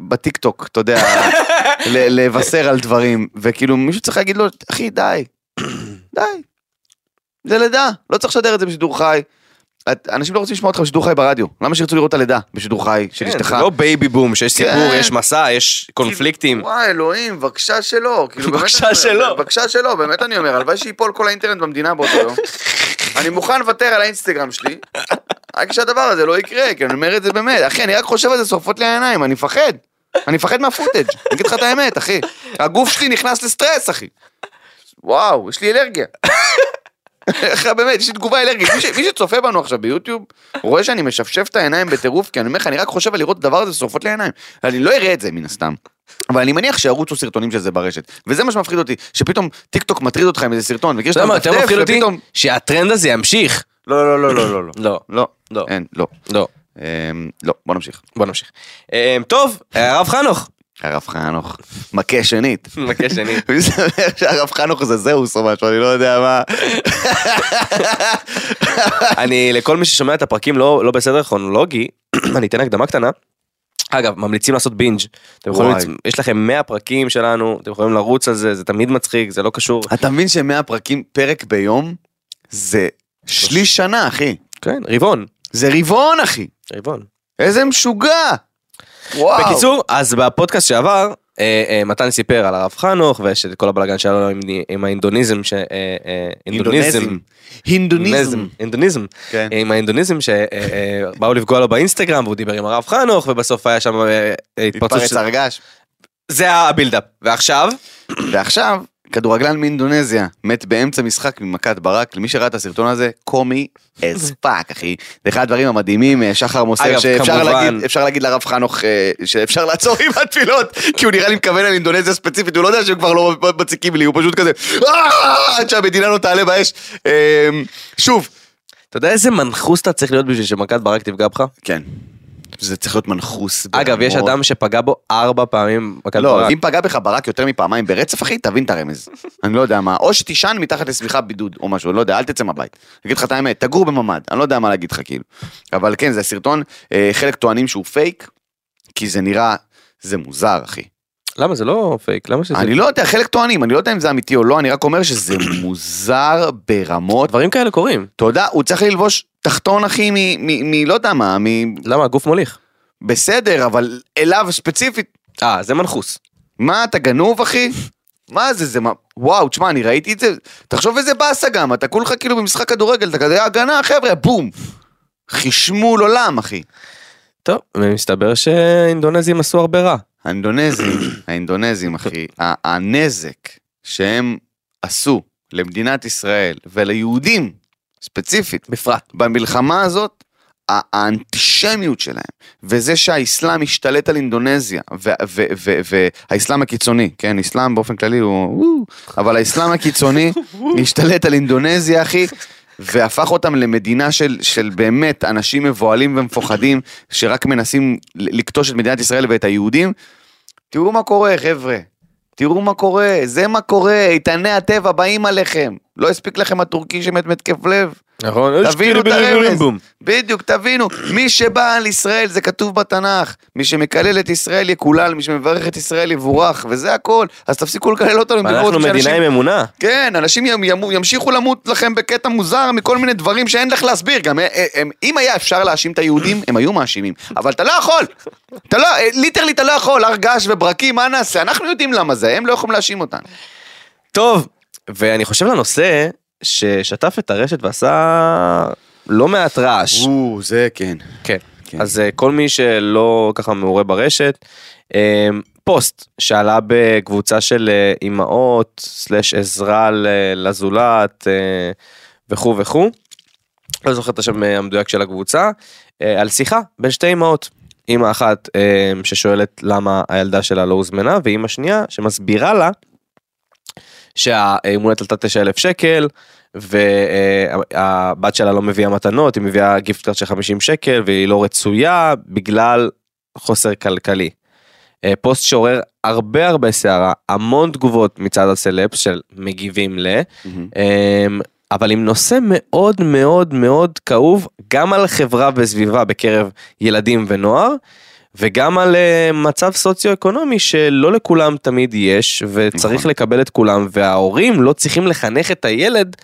בטיקטוק, אתה יודע, ל- לבשר על דברים. וכאילו מישהו צריך להגיד לו, אחי, די, די. זה לידה, לא צריך לשדר את זה בשידור חי. את- אנשים לא רוצים לשמוע אותך בשידור חי ברדיו, למה שירצו לראות את הלידה בשידור חי של כן, אשתך? זה לא בייבי בום, שיש כן. סיפור, יש מסע, יש קונפליקטים. וואי אלוהים, בבקשה שלא. כאילו, באמת בבקשה אני אומר, שלא. בבקשה שלא, באמת אני אומר, הלוואי שייפול כל האינטרנט במדינה באותו יום. אני מוכן לוותר על האינסטגרם שלי, רק שהדבר הזה לא יקרה, כי אני אומר את זה באמת. אחי, אני רק חושב על זה, שורפות לי העיניים, אני מפחד. אני מפחד מהפוטאג', אני אגיד לך את האמת, אחי. הגוף שלי נכנס לסטרס, אחי. וואו, יש לי אלרגיה. איך באמת, יש לי תגובה אלרגית. מי ש- מי שצופה בנו עכשיו ביוטיוב, רואה שאני משפשף את העיניים בטירוף, כי אני אומר לך, אני רק חושב על לראות את הדבר הזה שורפות לי העיניים. אני לא אראה את זה מן הסתם. אבל אני מניח שירוצו סרטונים של זה ברשת. וזה מה שמפחיד אותי, שפתאום טיק טוק מטריד אותך עם איזה סרטון, וכאילו אתה יודע שאתה מה יותר מדפדף, מפחיד אותי? ופתאום- שהטרנד הזה ימשיך. לא, לא, לא, לא, לא, לא. לא, לא, לא. אה. אין, לא. לא. אמ, לא, בוא נמשיך. בוא נמשיך. אה, טוב, הרב חנוך. הרב חנוך, מכה שנית. מבקש אני. אני שמח שהרב חנוך זה זהוס או משהו, אני לא יודע מה. אני, לכל מי ששומע את הפרקים לא לא בסדר כרונולוגי, אני אתן הקדמה קטנה. אגב, ממליצים לעשות בינג'. אתם יכולים, וואי. לצ- יש לכם 100 פרקים שלנו, אתם יכולים לרוץ על זה, זה תמיד מצחיק, זה לא קשור. אתה מבין שמאה פרקים, פרק ביום, זה שליש שנה, אחי. כן, רבעון, זה רבעון, אחי. רבעון. איזה משוגע. וואו. בקיצור, אז בפודקאסט שעבר, אה, אה, מתן סיפר על הרב חנוך ויש את כל הבלאגן שהיה לו עם- עם האינדוניזם, ש- אה, אה, אינדוניזם. הינדוניזם. אינדוניזם. אה, כן. עם האינדוניזם שבאו לפגוע לו באינסטגרם והוא דיבר עם הרב חנוך ובסוף היה שם אה, אה, התפרצות. התפרץ של- הרגש. זה הבילדאפ. ועכשיו? ועכשיו, כדורגלן מאינדונזיה מת באמצע משחק ממכת ברק. למי שראה את הסרטון הזה, קומי as fuck, אחי. זה אחד הדברים המדהימים, אה, שחר מוסר, אגב, שאפשר כמובן- להגיד, אפשר להגיד לרב חנוך אה, שאפשר לעצור עם התפילות, כי הוא נראה לי מכוון על אינדונזיה ספציפית, הוא לא יודע שהם כבר לא מציקים לי, הוא פשוט כזה, "אה!" עד שהמדינה לא תעלה באש. אה, שוב. אתה יודע איזה מנחוס אתה צריך להיות בשביל שמכת ברק תפגע בך? כן. זה צריך להיות מנחוס. אגב, יש ברמות. אדם שפגע בו ארבע פעמים מכת לא, ברק. אם פגע בך ברק יותר מפעמיים ברצף, אחי, תבין את הרמז. אני לא יודע מה. או שתישן מתחת לשמיכה בידוד או משהו, לא יודע, אל תצא מהבית. אני אגיד לך את האמת, תגור בממ"ד, אני לא יודע מה להגיד לך כאילו. אבל כן, זה סרטון, אה, חלק טוענים שהוא פייק, כי זה נראה, זה מוזר, אחי. למה זה לא פייק? למה שזה... אני לא יודע, חלק טוענים, אני לא יודע אם זה אמיתי או לא, אני רק אומר שזה מוזר ברמות. דברים כאלה קורים. אתה יודע, הוא צריך ללבוש תחתון, אחי, מ- מ... מ- לא יודע מה, מ... למה? הגוף מוליך. בסדר, אבל אליו ספציפית, אה, זה מנחוס. מה, אתה גנוב, אחי? מה זה, זה מה... וואו, תשמע, אני ראיתי את זה, תחשוב איזה באסה גם, אתה כולך כאילו במשחק כדורגל, אתה כזה, "אה, הגנה, חבר'ה, בום. חשמול עולם, אחי. טוב, ומסתבר שהאינדונזים עשו הרבה רע. האינדונזים, האינדונזים, אחי, ה- הנזק שהם עשו למדינת ישראל וליהודים, ספציפית, בפרט. במלחמה הזאת, ה- האנטישמיות שלהם, וזה שהאסלאם השתלט על אינדונזיה, והאסלאם הקיצוני, כן, אסלאם באופן כללי הוא... וואו, אבל האסלאם הקיצוני השתלט על אינדונזיה, אחי. והפך אותם למדינה של, של באמת אנשים מבוהלים ומפוחדים שרק מנסים ל- לכתוש את מדינת ישראל ואת היהודים. תראו מה קורה, חבר'ה. תראו מה קורה, זה מה קורה, איתני הטבע באים עליכם. לא הספיק לכם הטורקי שמת מהתקף לב? נכון? תבינו את הרמז. בדיוק, תבינו. מי שבא על ישראל, זה כתוב בתנ"ך. מי שמקלל את ישראל יקולל, מי שמברך את ישראל יבורך, וזה הכל. אז תפסיקו לקלל אותנו. אנחנו תראו, מדינה שאנשים- עם אמונה. כן, אנשים ימ- ימו- ימשיכו למות לכם בקטע מוזר מכל מיני דברים שאין לך להסביר. גם אה, אה, הם- אם היה אפשר להאשים את היהודים, הם היו מאשימים. אבל אתה לא יכול. אתה לא, אה, ליטרלי אתה לא יכול, הר געש וברקים, מה נעשה? אנחנו יודעים למה זה, הם לא יכולים להאשים אותנו. טוב, ואני חושב לנושא ששטף את הרשת ועשה לא מעט רעש. או, זה כן. כן. כן. אז אה, כל מי שלא ככה מעורה ברשת, אה, פוסט שעלה בקבוצה של אה, אימהות, סלאש עזרה ל- לזולת אה, וכו' וכו', לא זוכר את השם אה, המדויק של הקבוצה, אה, על שיחה בין שתי אימהות. אימא אחת אה, ששואלת למה הילדה שלה לא הוזמנה, ואימא שנייה שמסבירה לה שהאימונית עלתה 9,000 שקל, והבת שלה לא מביאה מתנות, היא מביאה גיפט קארט של 50 שקל והיא לא רצויה בגלל חוסר כלכלי. אה, פוסט שעורר הרבה הרבה סערה, המון תגובות מצד הסלפס של מגיבים ל... אמ, אבל עם נושא מאוד מאוד מאוד כאוב, גם על חברה וסביבה בקרב ילדים ונוער, וגם על אה, מצב סוציו-אקונומי שלא לכולם תמיד יש, וצריך נכון. לקבל את כולם, וההורים לא צריכים לחנך את הילד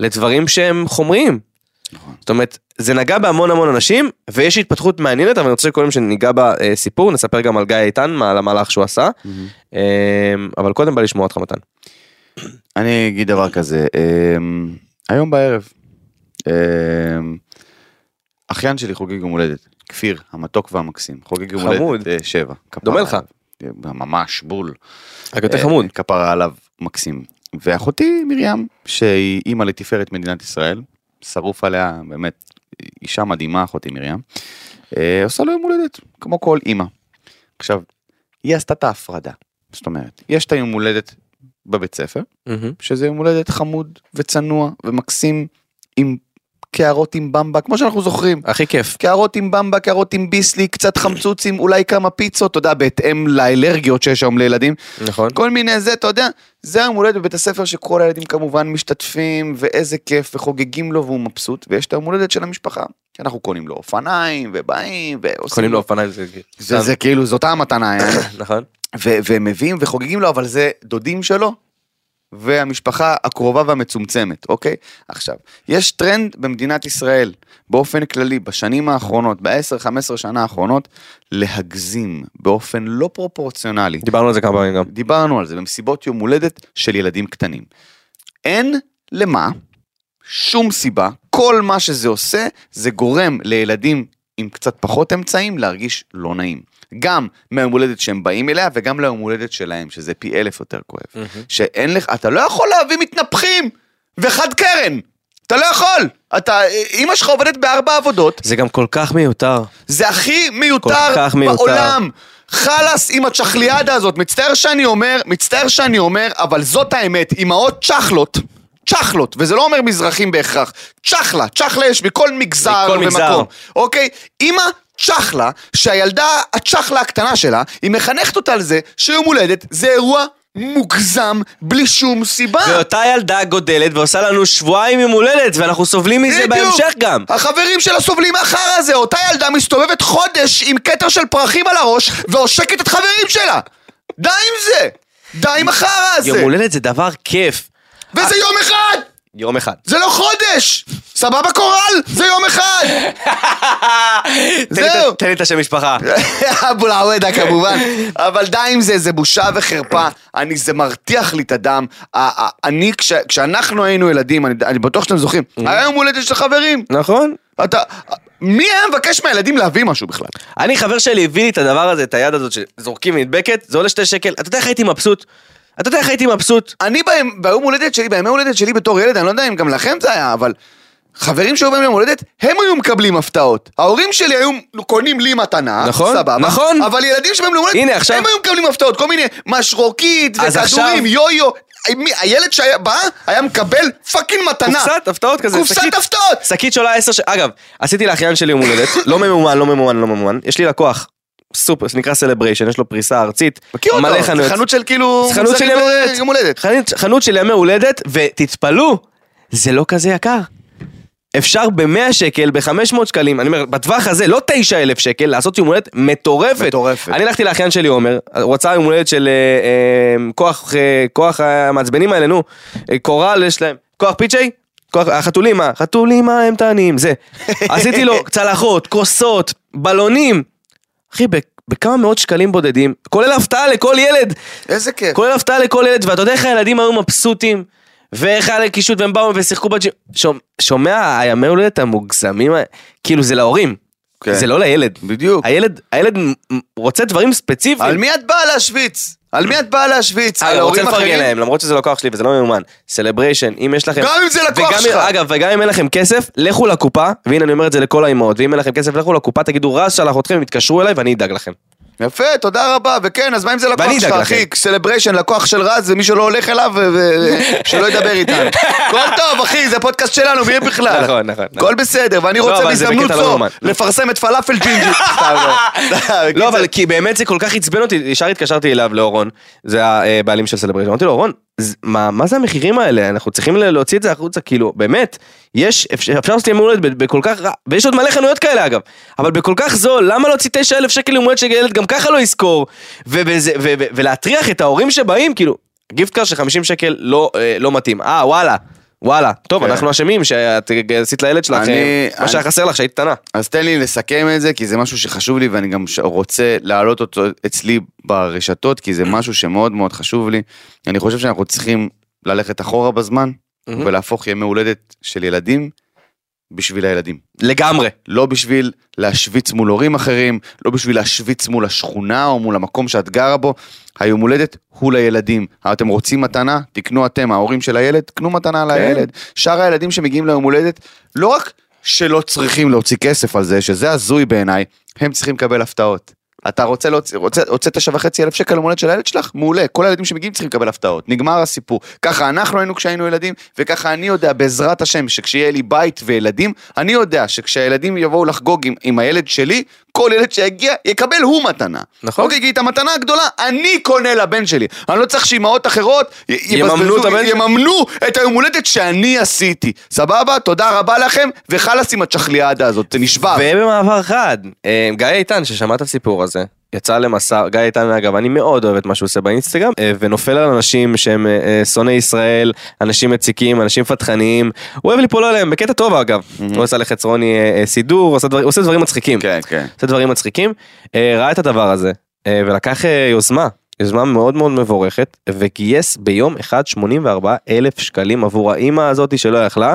לדברים שהם חומריים. זאת אומרת, זה נגע בהמון המון אנשים, ויש התפתחות מעניינת, אבל אני רוצה קודם שניגע בסיפור, נספר גם על גיא איתן, מה- על המהלך שהוא עשה, אמ, אבל קודם בא לשמוע אותך מתן. אני אגיד דבר כזה, אמ, היום בערב, אמ, אחיין שלי חוגג יום הולדת, כפיר, המתוק והמקסים, חוגג יום חמוד. הולדת אה, שבע. כפרה דומה לך. עליו. ממש, בול. רק יותר אה, חמוד. כפרה עליו, מקסים. ואחותי מרים, שהיא אימא לתפארת מדינת ישראל, שרוף עליה, באמת, אישה מדהימה, אחותי מרים, אה, עושה לו יום הולדת, כמו כל אימא. עכשיו, היא עשתה את ההפרדה, זאת אומרת, יש את היום הולדת בבית ספר, אה, מהמם. שזה יום הולדת חמוד וצנוע ומקסים עם קערות עם במבה, כמו שאנחנו זוכרים. הכי כיף. קערות עם במבה, קערות עם ביסלי, קצת חמצוצים, אולי כמה פיצות, אתה יודע, בהתאם לאלרגיות שיש היום לילדים. נכון. כל מיני זה, אתה יודע, זה היום הולדת בבית הספר שכל הילדים כמובן משתתפים, ואיזה כיף, וחוגגים לו והוא מבסוט, ויש את היום הולדת של המשפחה. אנחנו קונים לו אופניים, ובאים, ועושים... קונים לו אופניים זה זה, זה כאילו, זאת המתנה. אה? נכון. ו- והם מביאים וחוגגים לו, אבל זה דודים שלו והמשפחה הקרובה והמצומצמת, אוקיי? עכשיו, יש טרנד במדינת ישראל, באופן כללי, בשנים האחרונות, ב-10-15 שנה האחרונות, להגזים באופן לא פרופורציונלי. דיברנו על זה כמה פעמים גם. דיברנו על זה במסיבות יום הולדת של ילדים קטנים. אין למה, שום סיבה, כל מה שזה עושה, זה גורם לילדים עם קצת פחות אמצעים להרגיש לא נעים. גם מהיום הולדת שהם באים אליה וגם ליום הולדת שלהם, שזה פי אלף יותר כואב. שאין לך, אתה לא יכול להביא מתנפחים וחד קרן. אתה לא יכול! אתה, אה, אימא שלך עובדת בארבע עבודות, זה גם כל כך מיותר. זה הכי כל מיותר כך מיותר. בעולם. חלאס עם הצ'חליאדה הזאת, מצטער שאני אומר, מצטער שאני אומר, אבל זאת האמת, אמהות צ'חלות, צ'חלות, וזה לא אומר מזרחים בהכרח, צ'חלה, צ'חלה יש מכל מגזר מכל מגזר. ומקום, אוקיי? אמא צ'חלה, שהילדה הצ'חלה הקטנה שלה, היא מחנכת אותה על זה שיום הולדת זה אירוע מוגזם בלי שום סיבה. ואותה ילדה גודלת ועושה לנו שבועיים עם הולדת, ואנחנו סובלים מזה בדיוק. בהמשך גם. החברים שלה סובלים מהחרא הזה, אותה ילדה מסתובבת חודש עם כתר של פרחים על הראש ועושקת את חברים שלה! די עם זה! די עם החרא הזה! יום הולדת זה דבר כיף. וזה יום אחד! יום אחד. זה לא חודש! סבבה קורל? זה יום אחד! תן לי את ה- זהו. תן לי את השם משפחה. אבו לעוודה כמובן, אבל די עם זה, זה בושה וחרפה, אני, זה מרתיח לי את הדם. ה- ה- אני, כש- כשאנחנו היינו ילדים, אני אני בטוח שאתם זוכרים, Mm. היה יום הולדת של חברים. נכון. אתה, מי היה מבקש מהילדים להביא משהו בכלל? אני, חבר שלי הביא לי את הדבר הזה, את היד הזאת שזורקים נדבקת, זה עולה שתי שקל. אתה יודע איך הייתי מבסוט? אתה יודע איך הייתי מבסוט? אני ביום- ביום הולדת שלי, בימי הולדת שלי בתור ילד, אני לא יודע אם גם לכם זה היה, אבל חברים שהיו בהם יום הולדת, הם היו מקבלים הפתעות. ההורים שלי היו קונים לי מתנה, נכון, סבבה, נכון. אבל ילדים שבהם יום הולדת, הנה, עכשיו- הם היו מקבלים הפתעות, כל מיני משרוקית אז וכדורים, עכשיו- יו-יו. אה, מי- הילד שהיה בא, היה מקבל פאקינג מתנה. קופסת הפתעות כזה. קופסת שקית- הפתעות! שקית שעולה 10 ש... אגב, עשיתי לאחיין שלי יום הולדת, לא ממומן, לא ממומן, לא ממומן. יש לי לקוח, סופר, שנקרא סלבריישן, יש לו פריסה ארצית. מכיר אותו, מלא זה חנויות. חנות של כאילו... זה חנות של מוצרים ימי ל- הולדת. יום הולדת. חנות- חנות של ימי הולדת, ותתפלאו, זה לא כזה יקר. אפשר ב-100 שקל, ב-500 שקלים, אני אומר, בטווח הזה, לא 9,000 שקל, לעשות יום הולדת מטורפת. מטורפת. אני הלכתי לאחיין שלי עומר, הוא רצה יום הולדת של אה, אה, כוח, אה, כוח המעצבנים האלה, נו, אה, קורל יש להם, כוח פיצ'יי? כוח, החתולים, מה? חתולים, מה הם טעניים, זה. עשיתי לו צלחות, כוסות, בלונים. אחי, ב- בכמה מאות שקלים בודדים, כולל הפתעה לכל ילד, איזה כיף. כולל הפתעה לכל ילד, ואתה יודע איך הילדים היו מבסוטים, ואיך היה להם קישוט והם באו ושיחקו בג'ים. שומע, שומע הימי הולדת המוגזמים, ה- כאילו זה להורים, כן. זה לא לילד. בדיוק. הילד, הילד מ- מ- רוצה דברים ספציפיים. על מי את באה להשוויץ? על מי את באה להשוויץ? על אני אה, רוצה ההורים לפרגן אחרים? להם, למרות שזה לקוח שלי וזה לא מיומן. סלבריישן, אם יש לכם... גם אם זה לקוח וגם- שלך. אגב, וגם אם אין לכם כסף, לכו לקופה, והנה אני אומר את זה לכל האימהות, ואם אין לכם כסף, לכו לקופה, תגידו, רז שלח אתכם, הם יתקשרו אליי ואני אדאג לכם. יפה, תודה רבה, וכן, אז מה אם זה לקוח ואני שלך, אדאג אחי? סלבריישן, לקוח של רז, ומי שלא הולך אליו, ו- ו- שלא ידבר איתנו. הכל טוב, אחי, זה פודקאסט שלנו, מי בכלל? נכון, נכון, נכון. הכל בסדר, ואני לא, רוצה אבל זה בהזדמנות בקטע לא זו רומן. לפרסם את פלאפל ג'ינג'י. סתם, לא. לא, אבל כי באמת זה כל כך עצבן אותי, ישר התקשרתי אליו, לאורון, זה הבעלים של סלבריישן, אמרתי לו, אורון, ז- מה מה זה המחירים האלה? אנחנו צריכים ל- להוציא את זה החוצה, כאילו, באמת, יש, אפשר אפשר לעשות יום הולדת ב- בכל כך רע, ויש עוד מלא חנויות כאלה אגב, אבל בכל כך זול, למה להוציא 9,000 שקל יום הולדת שילד גם ככה לא יזכור, ובזה- ו- ו- ולהטריח את ההורים שבאים, כאילו, גיפט קאר של 50 שקל לא, אה, לא מתאים, אה, וואלה. וואלה, טוב, כן. אנחנו אשמים שאת עשית לילד שלך, אני- אה, מה אני- שהיה חסר לך שהיית קטנה. אז תן לי לסכם את זה, כי זה משהו שחשוב לי, ואני גם ש- רוצה להעלות אותו אצלי ברשתות, כי זה משהו שמאוד מאוד חשוב לי. אני חושב שאנחנו צריכים ללכת אחורה בזמן, מהמם. ולהפוך ימי הולדת של ילדים בשביל הילדים. לגמרי. לא בשביל להשוויץ מול הורים אחרים, לא בשביל להשוויץ מול השכונה או מול המקום שאת גרה בו. היום הולדת הוא לילדים. אתם רוצים מתנה? תקנו אתם, ההורים של הילד, קנו מתנה לילד. שאר הילדים שמגיעים ליום הולדת, לא רק שלא צריכים להוציא כסף על זה, שזה הזוי בעיניי, הם צריכים לקבל הפתעות. אתה רוצה להוציא, רוצה, רוצה תשע וחצי אלף שקל למולדת של הילד שלך? מעולה, כל הילדים שמגיעים צריכים לקבל הפתעות, נגמר הסיפור. ככה אנחנו היינו כשהיינו ילדים, וככה אני יודע, בעזרת השם, שכשיהיה לי בית וילדים, אני יודע שכשהילדים יבואו לחגוג עם, עם הילד שלי, כל ילד שיגיע יקבל הוא מתנה. נכון. אוקיי, כי את המתנה הגדולה אני קונה לבן שלי. אני לא צריך שאימהות אחרות י- יממנו יבזבזו- את הבן שלי. יממנו את היום הולדת שאני עשיתי. סבבה? תודה רבה לכם, וחלאס עם הצ'חליאדה הזאת, זה נשבר. ובמעבר חד, אה, גיא איתן ששמע את הסיפור הזה, יצא למסע, גיא איתן אגב, אני מאוד אוהב את מה שהוא עושה באינסטגרם, אה, ונופל על אנשים שהם אה, אה, שונאי ישראל, אנשים מציקים, אנשים פתחניים, הוא אוהב ליפול עליהם, בקטע טוב אגב, הוא עשה לחצרוני אה, אה, סידור, עשה דבר- הוא עושה דברים מצחיקים, כן, כן. עושה דברים מצחיקים, אה, ראה את הדבר הזה, אה, ולקח אה, יוזמה. יוזמה מאוד מאוד מבורכת, וגייס ביום אחד 84 אלף שקלים עבור האימא הזאת שלא יכלה.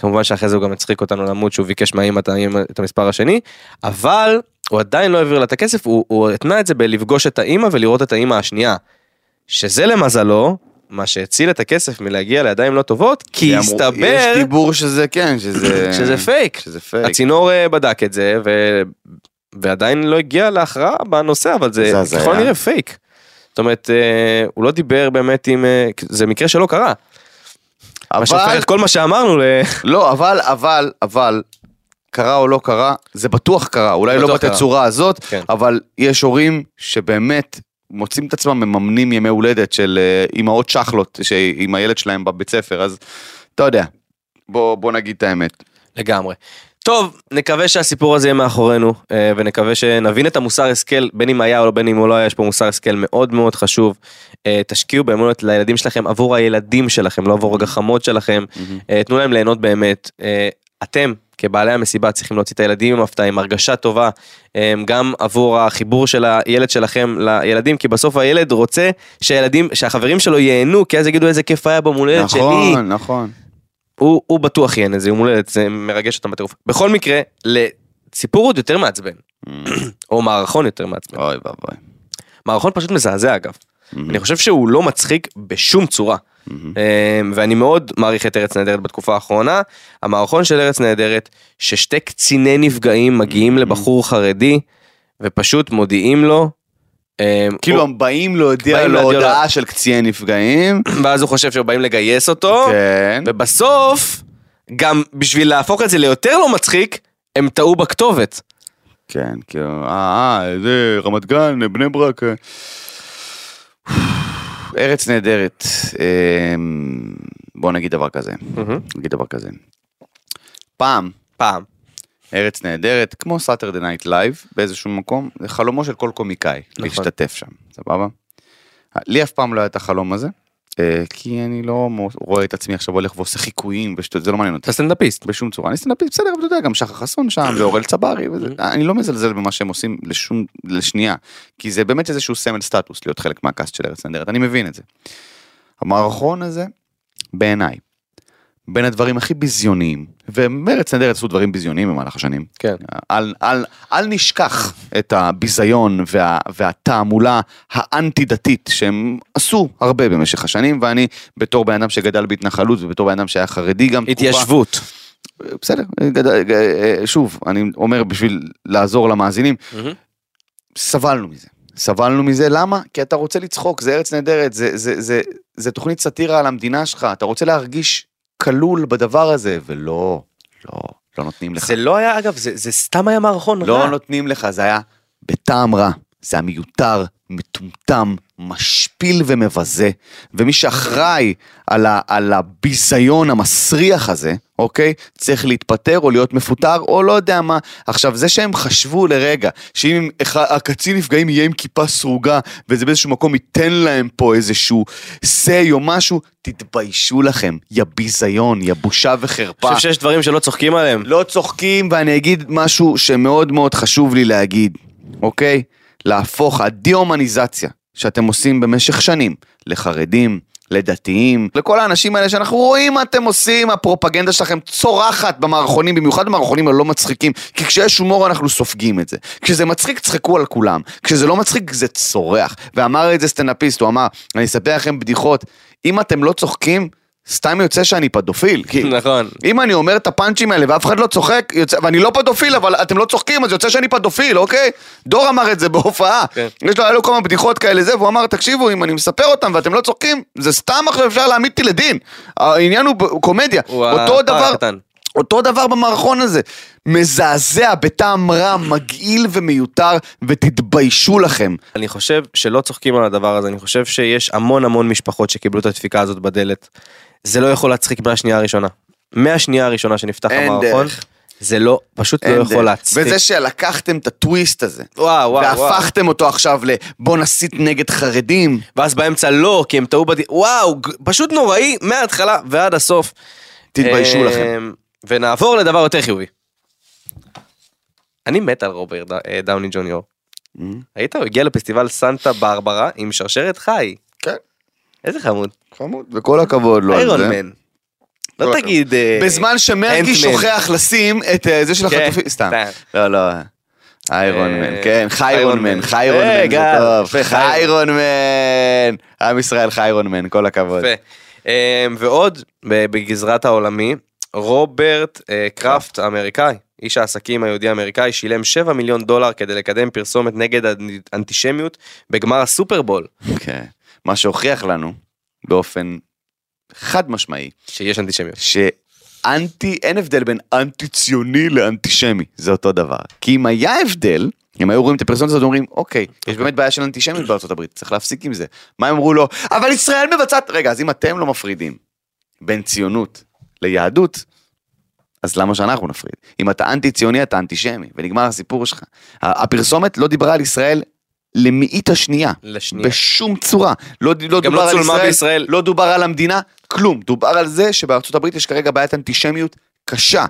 כמובן שאחרי זה הוא גם הצחיק אותנו למות שהוא ביקש מהאימא את האימא- את המספר השני, אבל הוא עדיין לא העביר לה את הכסף, הוא, הוא התנה את זה בלפגוש את האימא ולראות את האימא השנייה. שזה למזלו, מה שהציל את הכסף מלהגיע לידיים לא טובות, כי אמרו- הסתבר... יש דיבור שזה, כן, שזה... שזה פייק. שזה פייק. הצינור אה, בדק את זה ו... ועדיין לא הגיע להכרעה בנושא אבל זה זה הזיה. ככל הנראה פייק. זאת אומרת אה, הוא לא דיבר באמת עם אה, זה מקרה שלא קרה. מה שהופך אבל, את כל מה שאמרנו ל... לא, אבל, אבל, אבל, קרה או לא קרה, זה בטוח קרה, אולי לא בטוח קרה. בתצורה הזאת, כן. אבל יש הורים שבאמת מוצאים את עצמם מממנים ימי הולדת של אה, אימהות שחלות שהיא- עם הילד שלהם בבית ספר, אז אתה יודע, בוא בוא נגיד את האמת. Mm-hmm. לגמרי. טוב, נקווה שהסיפור הזה יהיה מאחורינו, אה, ונקווה שנבין את המוסר השכל, בין אם היה או בין אם הוא לא היה, יש פה מוסר השכל מאוד מאוד חשוב. אה, תשקיעו באמונות לילדים שלכם עבור הילדים שלכם, לא Mm-hmm. עבור הגחמות שלכם. אה, תנו להם ליהנות באמת. אה, אתם, כבעלי המסיבה, צריכים להוציא את הילדים עם הפתעה, עם הרגשה טובה, אה, גם עבור החיבור של הילד שלכם לילדים, כי בסוף הילד רוצה שהילדים, שהחברים שלו ייהנו, כי אז יגידו איזה כיף היה במול הילד שלי. נכון, נכון. הוא, הוא בטוח יהיה איזה יום הולדת, זה מרגש אותם בטירוף. בכל מקרה, לסיפור עוד יותר מעצבן, או מערכון יותר מעצבן. אוי ואבוי. מערכון פשוט מזעזע אגב. אני חושב שהוא לא מצחיק בשום צורה. Mm-hmm. אמ, ואני מאוד מעריך את ארץ נהדרת בתקופה האחרונה. המערכון של ארץ נהדרת, ששתי קציני נפגעים מגיעים לבחור חרדי, ופשוט מודיעים לו, אמ, כאילו הוא- הם באים להודיע באים לו להודיע לו- הודעה של קציני נפגעים, ואז הוא חושב שבאים לגייס אותו, כן, ובסוף, גם בשביל להפוך את זה ליותר לא מצחיק, הם טעו בכתובת. כן, כאילו, אה, אה, זה רמת גן, בני ברק. אה. ארץ נהדרת. אה, בוא נגיד דבר כזה, נגיד דבר כזה. פעם, פעם. ארץ נהדרת, כמו סאטרדי נייט לייב, באיזשהו מקום, זה חלומו של כל קומיקאי, נכון. להשתתף שם, סבבה? לי אף פעם לא היה את החלום הזה, אה, כי אני לא מ- רואה את עצמי עכשיו הולך ועושה חיקויים, ושטויות, זה לא מעניין אותי. אתה סטנדאפיסט. בשום צורה. אני סטנדאפיסט, בסדר, אבל אתה יודע, גם שחר חסון שם, ואורל צברי, וזה, אני לא מזלזל במה שהם עושים לשום, לשנייה, כי זה באמת איזשהו סמל סטטוס להיות חלק מהקאסט של ארץ נהדרת, אני מבין את זה. המערכון הזה, בעיניי, בין הדברים הכי ביזיוניים, ומרץ נהדרת עשו דברים ביזיוניים במהלך השנים, כן. אל, אל, אל נשכח את הביזיון וה, והתעמולה האנטי דתית שהם עשו הרבה במשך השנים ואני בתור בן אדם שגדל בהתנחלות ובתור בן אדם שהיה חרדי גם התיישבות. תקופה, אה, Mm-hmm. בסדר, גד, ג- שוב אני אומר בשביל לעזור למאזינים סבלנו מזה. סבלנו מזה, למה? כי אתה רוצה לצחוק, זה ארץ נהדרת, זה, זה, זה, זה תוכנית סאטירה על המדינה שלך, אתה רוצה להרגיש כלול בדבר הזה, ולא, לא, לא נותנים לך. זה לא היה, אגב, זה זה סתם היה מערכון. נכון, אה? רע. לא נותנים לך, זה היה בטעם רע. זה היה מיותר, מטומטם, משפיל ומבזה. ומי שאחראי על, ה, על הביזיון המסריח הזה, אוקיי? צריך להתפטר או להיות מפוטר או לא יודע מה. עכשיו, זה שהם חשבו לרגע, שאם אח- הקצין נפגעים יהיה עם כיפה סרוגה, וזה באיזשהו מקום ייתן להם פה איזשהו say או משהו, תתביישו לכם, יא ביזיון, יא בושה וחרפה. אני חושב שיש דברים שלא צוחקים עליהם. לא צוחקים, ואני אגיד משהו שמאוד מאוד חשוב לי להגיד, אוקיי? להפוך הדה-הומניזציה שאתם עושים במשך שנים לחרדים, לדתיים, לכל האנשים האלה שאנחנו רואים מה אתם עושים, הפרופגנדה שלכם צורחת במערכונים, במיוחד במערכונים הלא מצחיקים, כי כשיש הומור אנחנו סופגים את זה. כשזה מצחיק, צחקו על כולם. כשזה לא מצחיק, זה צורח. ואמר את זה סטנדאפיסט, הוא אמר, אני אספר לכם בדיחות, אם אתם לא צוחקים, סתם יוצא שאני פדופיל. כאילו, כי- נכון. אם אני אומר את הפאנצ'ים האלה ואף אחד לא צוחק, יוצא, ואני לא פדופיל, אבל אתם לא צוחקים, אז יוצא שאני פדופיל, אוקיי? דור אמר את זה בהופעה. כן. יש לו, היה לו כמה בדיחות כאלה זה, והוא אמר, תקשיבו, אם אני מספר אותם ואתם לא צוחקים, זה סתם עכשיו אפשר להעמיד אותי לדין. העניין הוא ב- קומדיה. הוא אותו הפער דבר, הקטן. אותו דבר במערכון הזה. מזעזע, בטעם רע, מגעיל ומיותר, ותתביישו לכם. אני חושב שלא צוחקים על הדבר הזה, אני חושב שיש המון המון משפחות שקיבלו את הדפיקה הזאת בדלת. זה לא יכול להצחיק מהשנייה הראשונה. מהשנייה הראשונה שנפתח אין המערכון, דרך. זה לא, פשוט לא אין יכול דרך. להצחיק. וזה שלקחתם את הטוויסט הזה, וואו וואו וואו. והפכתם אותו עכשיו לבוא נסית נגד חרדים. ואז באמצע לא, כי הם טעו בד... וואו, ג- פשוט נוראי מההתחלה ועד הסוף. תתביישו אה, לכם. ונעבור לדבר יותר חיובי. אני מת על רוברט ד- אה, דאוני ג'וניור. Mm. ראית? הוא הגיע לפסטיבל סנטה ברברה עם שרשרת חי. כן. איזה חמוד. חמוד, וכל הכבוד לו על איירון זה. מן. לא כל תגיד... אה, בזמן שמרגי אנטמן. שוכח לשים את אה, זה של כן, החטופים, סתם. סתם. לא, לא. איירון אה, מן, כן, חיירון איירון מן, מן. חיירון מן, זה רגע, טוב, יפה, חיירון מן, עם ישראל חיירון מן, כל הכבוד. יפה. אה, ועוד ב- בגזרת העולמי, רוברט אה, קראפט האמריקאי, איש העסקים היהודי האמריקאי, שילם 7 מיליון דולר כדי לקדם פרסומת נגד האנ- אנטישמיות בגמר הסופרבול, כן. מה שהוכיח לנו באופן חד משמעי, שיש אנטישמיות. שאנטי, אין הבדל בין אנטי ציוני לאנטישמי, זה אותו דבר. כי אם היה הבדל, אם היו רואים את הפרסומת הזאת אומרים, אוקיי, יש באמת בעיה של אנטישמיות בארצות הברית, צריך להפסיק עם זה. מה הם אמרו לו? אבל ישראל מבצעת, רגע, אז אם אתם לא מפרידים בין ציונות ליהדות, אז למה שאנחנו נפריד? אם אתה אנטי ציוני אתה אנטישמי, ונגמר הסיפור שלך. ה- הפרסומת לא דיברה על ישראל למאית השנייה. לשנייה. בשום צורה. לא, לא גם דובר לא על צולמה ישראל, בישראל. לא דובר על המדינה, כלום. דובר על זה שבארצות הברית יש כרגע בעיית אנטישמיות קשה,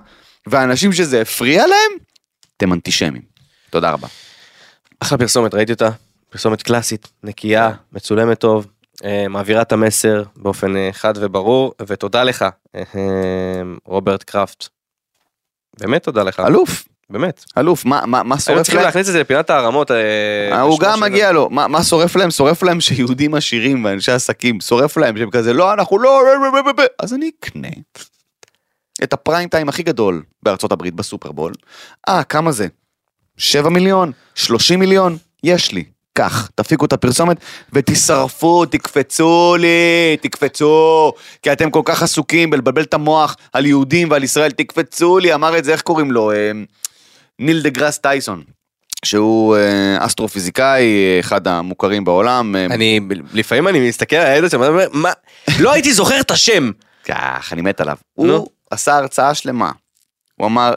והאנשים שזה הפריע להם, אתם אנטישמים. תודה רבה. אחלה פרסומת, ראיתי אותה. פרסומת קלאסית, נקייה, מצולמת טוב, אה, מעבירה את המסר באופן אה, חד וברור, ותודה לך, אה, אה, רוברט קראפט. באמת תודה לך, אלוף, באמת. אלוף, מה, מה, מה אה. היו שורף צריכים להם? להכניס את זה לפינת הערמות. אה, אה, הוא בשנה גם שעברה. מגיע לו, מה, מה שורף להם? שורף להם שיהודים עשירים ואנשי עסקים, שורף להם שהם כזה, לא, אנחנו לא, אז אני אקנה את הפריים טיים הכי גדול בארצות הברית בסופרבול. אה, כמה זה? 7 מיליון? 30 מיליון? יש לי. כך, תפיקו את הפרסומת ותשרפו, תקפצו לי, תקפצו, כי אתם כל כך עסוקים בלבלבל את המוח על יהודים ועל ישראל, תקפצו לי, אמר את זה, איך קוראים לו? אה, ניל דה גראס טייסון, שהוא אה, אסטרופיזיקאי, אה, אחד המוכרים בעולם. אה, אני, לפעמים אני מסתכל על הילד שם, ואני אומר, מה, לא הייתי זוכר את השם. כך, אני מת עליו. נו. הוא עשה הרצאה שלמה. הוא אמר,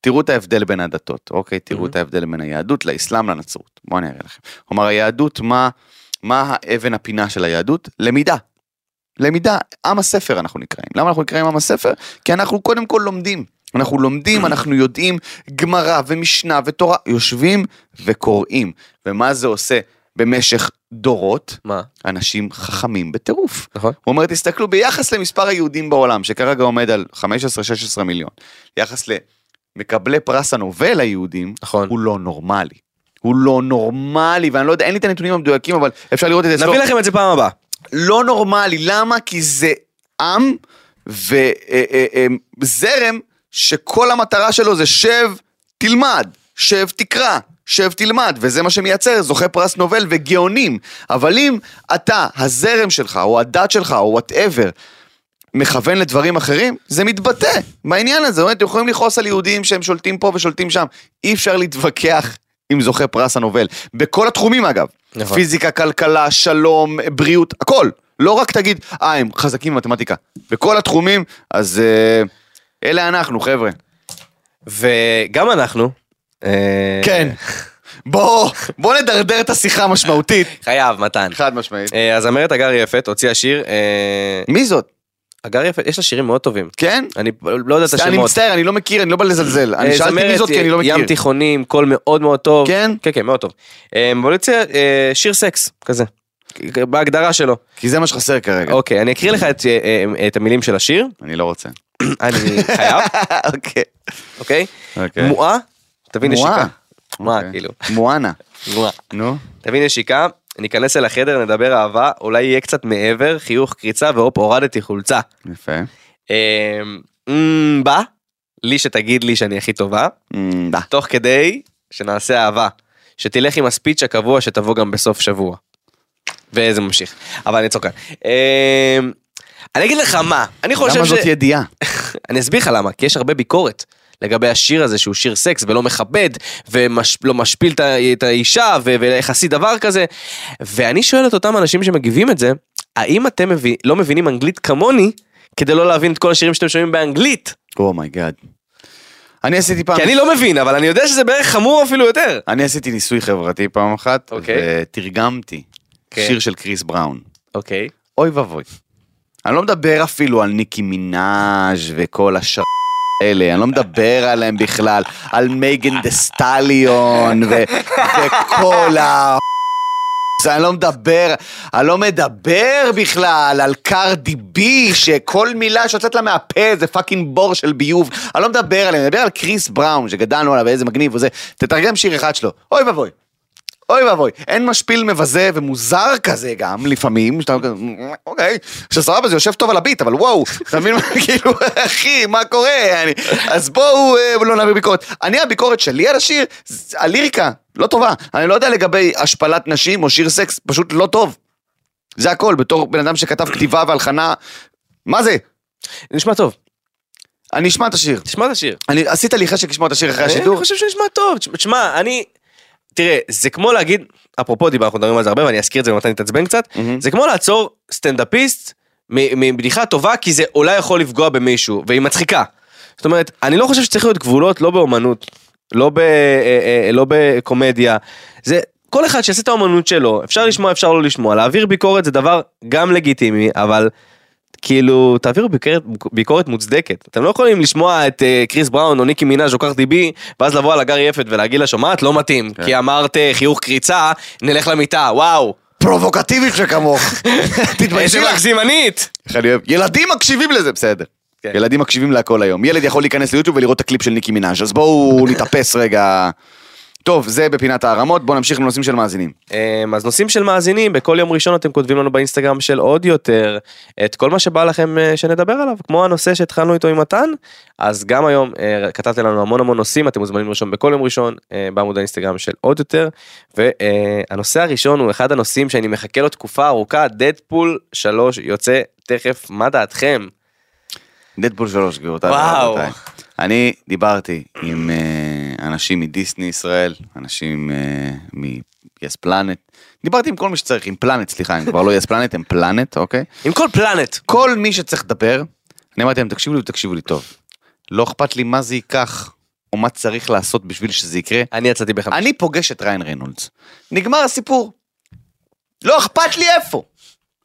תראו את ההבדל בין הדתות, אוקיי? תראו את ההבדל בין היהדות לאסלאם לנצרות. בואו אני אראה לכם. הוא אמר, היהדות, מה, מה האבן הפינה של היהדות? למידה. למידה, עם הספר אנחנו נקראים. למה אנחנו נקראים עם הספר? כי אנחנו קודם כל לומדים. אנחנו לומדים, אנחנו יודעים גמרא ומשנה ותורה, יושבים וקוראים. ומה זה עושה במשך דורות? מה? אנשים חכמים בטירוף. נכון. הוא אומר, תסתכלו ביחס למספר היהודים בעולם, שכרגע עומד על 15-16 מיליון, יחס למקבלי פרס הנובל היהודים, נכון. הוא לא נורמלי. הוא לא נורמלי, ואני לא יודע, אין לי את הנתונים המדויקים, אבל אפשר לראות את זה. נביא אצלו. לכם את זה פעם הבאה. לא נורמלי, למה? כי זה עם אה, וזרם שכל המטרה שלו זה שב, תלמד, שב, תקרא, שב תלמד, וזה מה שמייצר זוכה פרס נובל וגאונים. אבל אם אתה, הזרם שלך, או הדת שלך, או וואטאבר, מכוון לדברים אחרים, זה מתבטא בעניין הזה. זאת אומרת, יכולים לכעוס על יהודים שהם שולטים פה ושולטים שם. אי אפשר להתווכח עם זוכה פרס הנובל. בכל התחומים אגב. נכון. פיזיקה, כלכלה, שלום, בריאות, הכל. לא רק תגיד, אה, הם חזקים במתמטיקה. בכל התחומים, אז אה, אלה אנחנו, חבר'ה. וגם אנחנו. אה, כן. בוא, בוא נדרדר את השיחה המשמעותית. חייב, מתן. חד משמעית. אה, הזמרת הגר יפת הוציאה שיר, אה, מי זאת? הגר יפת, יש לה שירים מאוד טובים. כן? אני לא יודע את אני השמות. מצטער, אני לא מכיר, אני לא בא לזלזל. אני אה, שאלתי מי זמרת, זאת כי אני לא אה, מכיר. ים תיכונים, קול מאוד מאוד טוב. כן? כן, כן, מאוד טוב. אה, אבל הוציאה אה, שיר סקס, כזה. בהגדרה שלו. כי זה מה שחסר כרגע. אוקיי, אני אקריא לך את, אה, אה, את המילים של השיר. אני לא רוצה. אני חייב, אוקיי. אוקיי? אוקיי. מועה, תביא מועה. נשיקה. מועה, אוקיי. כאילו. מואנה. מועה. נו. תביא נשיקה, ניכנס אל החדר, נדבר אהבה, אולי יהיה קצת מעבר, חיוך, קריצה, והופ, הורדתי חולצה. יפה. אמ, אמ, בא, לי שתגיד לי שאני הכי טובה, אמ, דה. תוך כדי שנעשה אהבה. שתלך עם הספיץ' הקבוע שתבוא גם בסוף שבוע. וזה ממשיך. אבל אני צוחק. אמ, אני אגיד לך מה, אני חושב ש... למה לא זאת ידיעה? אני אסביר לך למה, כי יש הרבה ביקורת לגבי השיר הזה שהוא שיר סקס ולא מכבד ולא משפיל את ה- את האישה ו- ואיך עשית דבר כזה. ואני שואל את אותם אנשים שמגיבים את זה, האם אתם מבין, לא מבינים אנגלית כמוני כדי לא להבין את כל השירים שאתם שומעים באנגלית? אומייגאד. אני עשיתי פעם... כי אני לא מבין, אבל אני יודע שזה בערך חמור אפילו יותר. אני עשיתי ניסוי חברתי פעם אחת, אוקיי. ותרגמתי כן. שיר של קריס בראון. אוקיי. אוי ואבוי. אני לא מדבר אפילו על ניקי מינאז' וכל השאר האלה, אני לא מדבר עליהם בכלל, על מייגן דה סטליון ו- וכל ה... זה, אני לא מדבר, אני לא מדבר בכלל על קרדי בי, שכל מילה שיוצאת לה מהפה זה פאקינג בור של ביוב. אני לא מדבר עליהם, אני מדבר על קריס בראון, שגדלנו עליו, איזה מגניב הוא זה. תתרגם שיר אחד שלו, אוי ואבוי. אוי ואבוי, אין משפיל מבזה ומוזר כזה גם לפעמים, שאתה כזה, אוקיי, שסבבה זה יושב טוב על הביט, אבל וואו, אתה מבין מה, כאילו, אחי, מה קורה? אני, אז בואו אה, לא נעביר ביקורת. אני, הביקורת שלי על השיר, זה- הליריקה, לא טובה. אני לא יודע לגבי השפלת נשים או שיר סקס, פשוט לא טוב. זה הכל, בתור בן אדם שכתב כתיבה והלחנה, מה זה? נשמע טוב, אני אשמע את השיר. תשמע את השיר. אני, עשית לי חשק לשמוע את השיר אחרי אני אה, השידור? חושב שנשמע טוב, תשמע- תשמע, אני... תראה, זה כמו להגיד, אפרופו דיבר, אנחנו מדברים על זה הרבה ואני אזכיר את זה ומתן יתעצבן קצת, מהמם. זה כמו לעצור סטנדאפיסט מ- מבדיחה טובה כי זה אולי יכול לפגוע במישהו, והיא מצחיקה. זאת אומרת, אני לא חושב שצריך להיות גבולות לא באומנות, לא, ב, אה, אה, לא בקומדיה, זה... כל אחד שיעשה את האומנות שלו, אפשר לשמוע, אפשר לא לשמוע, להעביר ביקורת זה דבר גם לגיטימי, אבל כאילו, תעבירו ביקורת, ביקורת מוצדקת. אתם לא יכולים לשמוע את uh, קריס בראון או ניקי מינאז' או קרטי בי, ואז לבוא על הגר יפת ולהגיד לה, שומעת? לא מתאים, כן. כי אמרת אה, חיוך קריצה, נלך למיטה, וואו. פרובוקטיבית שכמוך. תתביישי איזה לך. מגזימנית! איך אני אוהב. ילדים מקשיבים לזה, בסדר. כן. ילדים מקשיבים להכל היום. ילד יכול להיכנס ליוטיוב ולראות את הקליפ של ניקי מנאז', אז בואו נתאפס רגע. טוב, זה בפינת הערמות, בואו נמשיך לנושאים של מאזינים. אמ, אז נושאים של מאזינים, בכל יום ראשון אתם כותבים לנו באינסטגרם של עוד יותר את כל מה שבא לכם אה, שנדבר עליו, כמו הנושא שהתחלנו איתו עם מתן, אז גם היום אה, כתבתם לנו המון המון נושאים, אתם מוזמנים לרשום בכל יום ראשון אה, בעמוד האינסטגרם של עוד יותר, והנושא הראשון הוא אחד הנושאים שאני מחכה לו תקופה ארוכה, דדפול 3 יוצא תכף, מה דעתכם? דדפול 3, גבירותיי וואו. ורבותיי. אני דיברתי עם אה, אנשים מדיסני ישראל, אנשים מ-yes planet, דיברתי עם כל מי שצריך, עם פלנט, סליחה, הם כבר לא yes planet, הם פלנט, אוקיי? עם כל פלנט. כל מי שצריך לדבר, אני אמרתי להם, תקשיבו לי ותקשיבו לי טוב. לא אכפת לי מה זה ייקח, או מה צריך לעשות בשביל שזה יקרה. אני יצאתי בחמש. אני פוגש את ריין ריינולדס. נגמר הסיפור. לא אכפת לי איפה.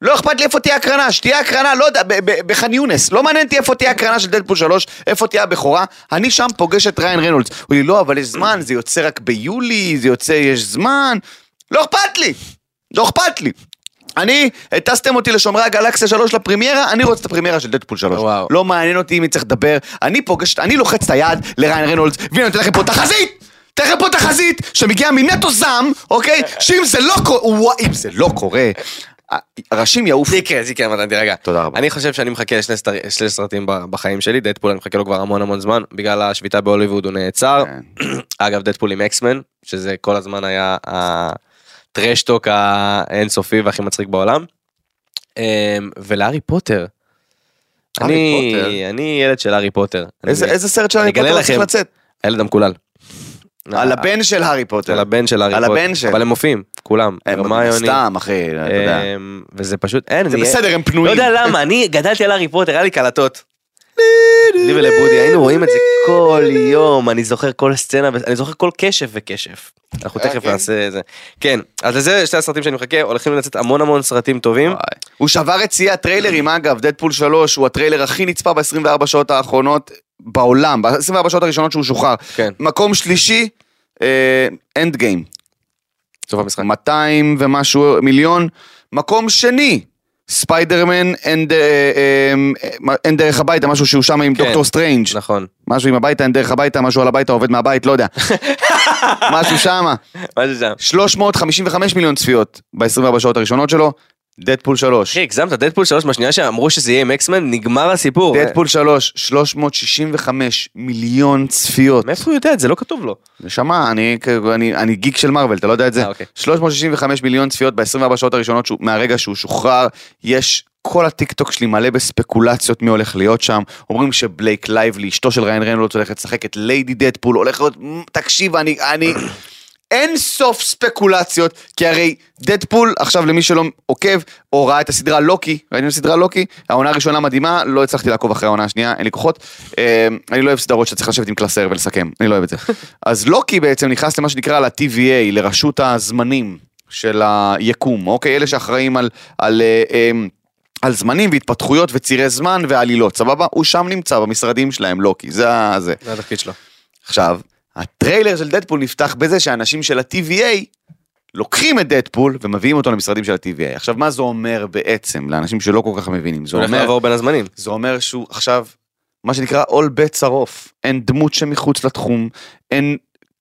לא אכפת לי איפה תהיה הקרנה, שתהיה הקרנה, לא יודע, ב- ב- בח'אן יונס. לא מעניין אותי איפה תהיה הקרנה של דדפול 3, איפה תהיה הבכורה. אני שם פוגש את ריין ריינולדס. הוא לי, לא, אבל יש זמן, זה יוצא רק ביולי, זה יוצא, יש זמן. לא אכפת לי. לא אכפת לי. אני, הטסתם אותי לשומרי הגלקסיה 3 לפרמיירה, אני רוצה את הפרמיירה של דדפול 3. וואו. לא מעניין אותי מי צריך לדבר, אני פוגש, אני לוחץ את היד לריין רנולדס, והנה אני נותן לכם פה תחזית! אתן לכם פה תחזית שמגיעה מנטו זעם, אוקיי? שאם זה לא קורה, וואי, אם זה לא קורה, הראשים יעופו. זה יקרה, זה יקרה, מתן, תירגע. תודה רבה. אני חושב שאני מחכה לשני סטר- שני סרטים ב- בחיים שלי, דדפול אני מחכה לו כבר המון המון זמן, בגלל השביתה בהוליווד הוא נעצר. כן. אגב, דדפול עם אקסמן, שזה כל הזמן היה הטרשטוק האינסופי והכי מצחיק בעולם. אמ, ולהארי פוטר. הארי אני, פוטר. אני ילד של הארי פוטר. איזה אני- איזה סרט של הארי אגלה פוטר הולך לכם. לצאת? הילד המקולל. על הבן של הארי על פוטר. הבן של הארי על פוטר. הבן של- אבל הם מופיעים, כולם. הם- הרמיוני, סתם, אחי, אתה יודע. אמ, וזה פשוט, אין. זה אני- בסדר, הם לא פנויים. יודע למה, אני גדלתי על הארי פוטר, היה לי קלטות. לי ולבודי היינו רואים את זה כל יום, אני זוכר כל סצנה, אני זוכר כל קשב וקשב. אנחנו אה, תכף כן? נעשה את זה. כן, אז לזה שתי הסרטים שאני מחכה, הולכים לצאת המון המון סרטים טובים. הוא שבר את שיאי הטריילרים, אגב, דדפול 3 הוא הטריילר הכי נצפה ב-24 שעות האחרונות בעולם, ב-24 שעות הראשונות שהוא שוחרר. כן, מקום שלישי, אה, אנד גיים, סוף המשחק. 200 ומשהו מיליון. מקום שני, ספיידרמן אה, אין אה, דרך הביתה, משהו שהוא שם עם כן. דוקטור סטרנג'. נכון. משהו עם הביתה, אין דרך הביתה, משהו על הביתה, עובד מהבית, לא יודע. משהו שמה. מה זה שם? 355 מיליון צפיות ב-24 שעות הראשונות שלו, דדפול 3. אחי, הגזמת, דדפול 3 בשנייה שאמרו שזה יהיה עם אקסמן, נגמר הסיפור. דדפול 3, 365 מיליון צפיות. מאיפה הוא יודע את זה? לא כתוב לו. נשמה, אני, אני, אני גיק של מארוול, אתה לא יודע את זה. אה, אוקיי. 365 מיליון צפיות ב-24 שעות הראשונות שהוא, מהרגע שהוא שוחרר, יש... כל הטיק טוק שלי מלא בספקולציות מי הולך להיות שם, אומרים שבלייק לייבלי, אשתו של ריין ריינולדס הולכת לשחק את ליידי דדפול, הולך להיות, מ, תקשיב, אני, אני, אין סוף ספקולציות, כי הרי דדפול, עכשיו למי שלא עוקב, או ראה את הסדרה לוקי, ראיתם את הסדרה לוקי, העונה הראשונה מדהימה, לא הצלחתי לעקוב אחרי העונה השנייה, אין לי כוחות. אה, אני לא אוהב סדרות שאתה צריך לשבת עם קלסר ולסכם, אני לא אוהב את זה. אז לוקי בעצם נכנס למה שנקרא ל-TVA, לרשות הזמנים של היקום, אוקיי? אלה שאחראים על... על אה, אה, על זמנים והתפתחויות וצירי זמן ועלילות, סבבה? הוא שם נמצא במשרדים שלהם, לוקי, זה ה... זה. זה התפקיד שלו. עכשיו, הטריילר של דדפול נפתח בזה שאנשים של ה-TVA לוקחים את דדפול ומביאים אותו למשרדים של ה-TVA. עכשיו, מה זה אומר בעצם לאנשים שלא כל כך מבינים? זה הוא הולך אומר, לעבור בין הזמנים. זה אומר שהוא עכשיו, מה שנקרא all bets are off. אין דמות שמחוץ לתחום, אין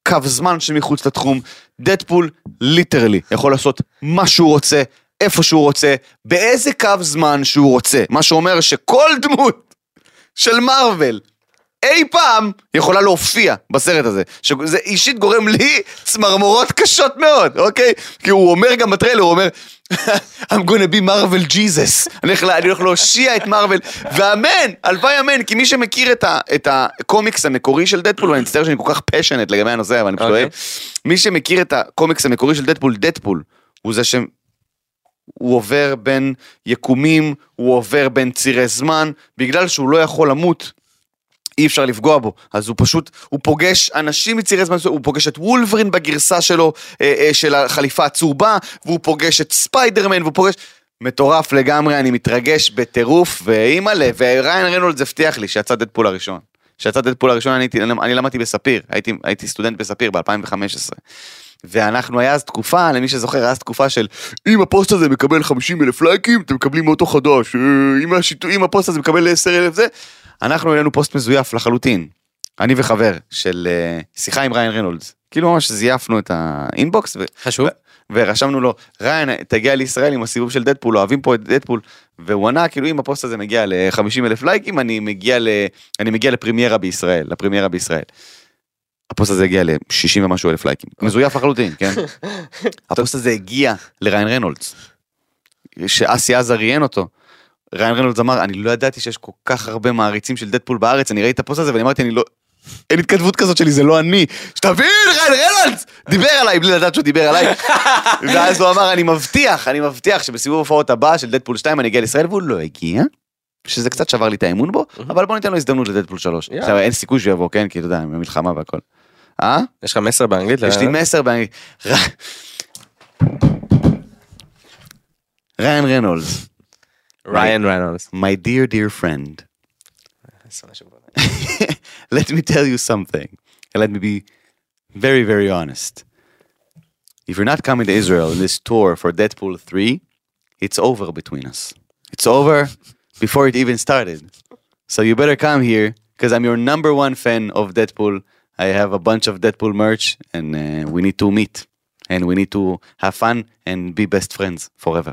קו זמן שמחוץ לתחום. דדפול ליטרלי יכול לעשות מה שהוא רוצה, איפה שהוא רוצה, באיזה קו זמן שהוא רוצה. מה שאומר שכל דמות של מארוול אי פעם יכולה להופיע בסרט הזה. שזה אישית גורם לי צמרמורות קשות מאוד, אוקיי? כי הוא אומר גם בטריילר, הוא אומר, I'm gonna be Marvel Jesus. אני הולך לה- אני הולך להושיע את מארוול, ואמן, הלוואי אמן, כי מי שמכיר את ה- את הקומיקס המקורי של דדפול, ואני מצטער שאני כל כך פשנט לגבי הנושא, אבל אני פשוט אוקיי. אוהב, מי שמכיר את הקומיקס המקורי של דדפול, דדפול, הוא זה ש... הוא עובר בין יקומים, הוא עובר בין צירי זמן, בגלל שהוא לא יכול למות, אי אפשר לפגוע בו, אז הוא פשוט, הוא פוגש אנשים מצירי זמן, מסוים, הוא פוגש את וולברין בגרסה שלו, אה, אה, של החליפה הצהובה, והוא פוגש את ספיידרמן, והוא פוגש... מטורף לגמרי, אני מתרגש בטירוף, ואימא'לה, וריין רנולדס הבטיח לי שיצא דדפול הראשון. כשיצא דדפול הראשון, אני, הייתי- אני למדתי בספיר, הייתי, הייתי סטודנט בספיר ב-2015. ואנחנו היה אז תקופה, למי שזוכר, היה אז תקופה של אם הפוסט הזה מקבל 50 אלף לייקים, אתם מקבלים אוטו חדש, אה, אם, השיט... אם הפוסט הזה מקבל 10 אלף זה, אנחנו העלינו פוסט מזויף לחלוטין. אני וחבר של אה, שיחה עם ריין רנולדס. כאילו ממש זייפנו את האינבוקס ו... חשוב. ורשמנו לו, ריין, תגיע לישראל עם הסיבוב של דדפול, אוהבים פה את דדפול. והוא ענה, כאילו אם הפוסט הזה מגיע ל-50 אלף לייקים, אני מגיע, ל... אני מגיע לפרמיירה בישראל, לפרמיירה בישראל. הפוסט הזה הגיע ל-60 ומשהו אלף לייקים. מזויף לחלוטין, כן? הפוסט הזה הגיע לריין רנולדס. שאסי עזה ראיין אותו. ריין רנולדס אמר, אני לא ידעתי שיש כל כך הרבה מעריצים של דדפול בארץ, אני ראיתי את הפוסט הזה ואני אמרתי, אני לא... אין התכתבות כזאת שלי, זה לא אני. שתבין, ריין רנולדס! דיבר עליי בלי לדעת שהוא דיבר עליי. ואז הוא אמר, אני מבטיח, אני מבטיח שבסיבוב ההופעות הבא של דדפול 2 אני אגיע לישראל, והוא לא הגיע. שזה קצת שבר לי את האמון בו, אבל בוא ניתן לו הזדמנות לדדפול 3. יאללה. עכשיו, אין סיכוי שהוא יבוא, כן? כי אתה יודע, המלחמה והכל. אה? יש לך מסר באנגלית? אה, יש לי ל- מסר באנגלית. ר- ריין רנולדס, ריין ריינולס. my dear dear friend, let me tell you something, and let me be very very honest. If you're not coming to Israel in this tour for Deadpool 3, it's over between us. It's over before it even started. So you better come here because I'm your number one fan of Deadpool. I have a bunch of Deadpool merch and uh, we need to meet and we need to have fun and be best friends forever.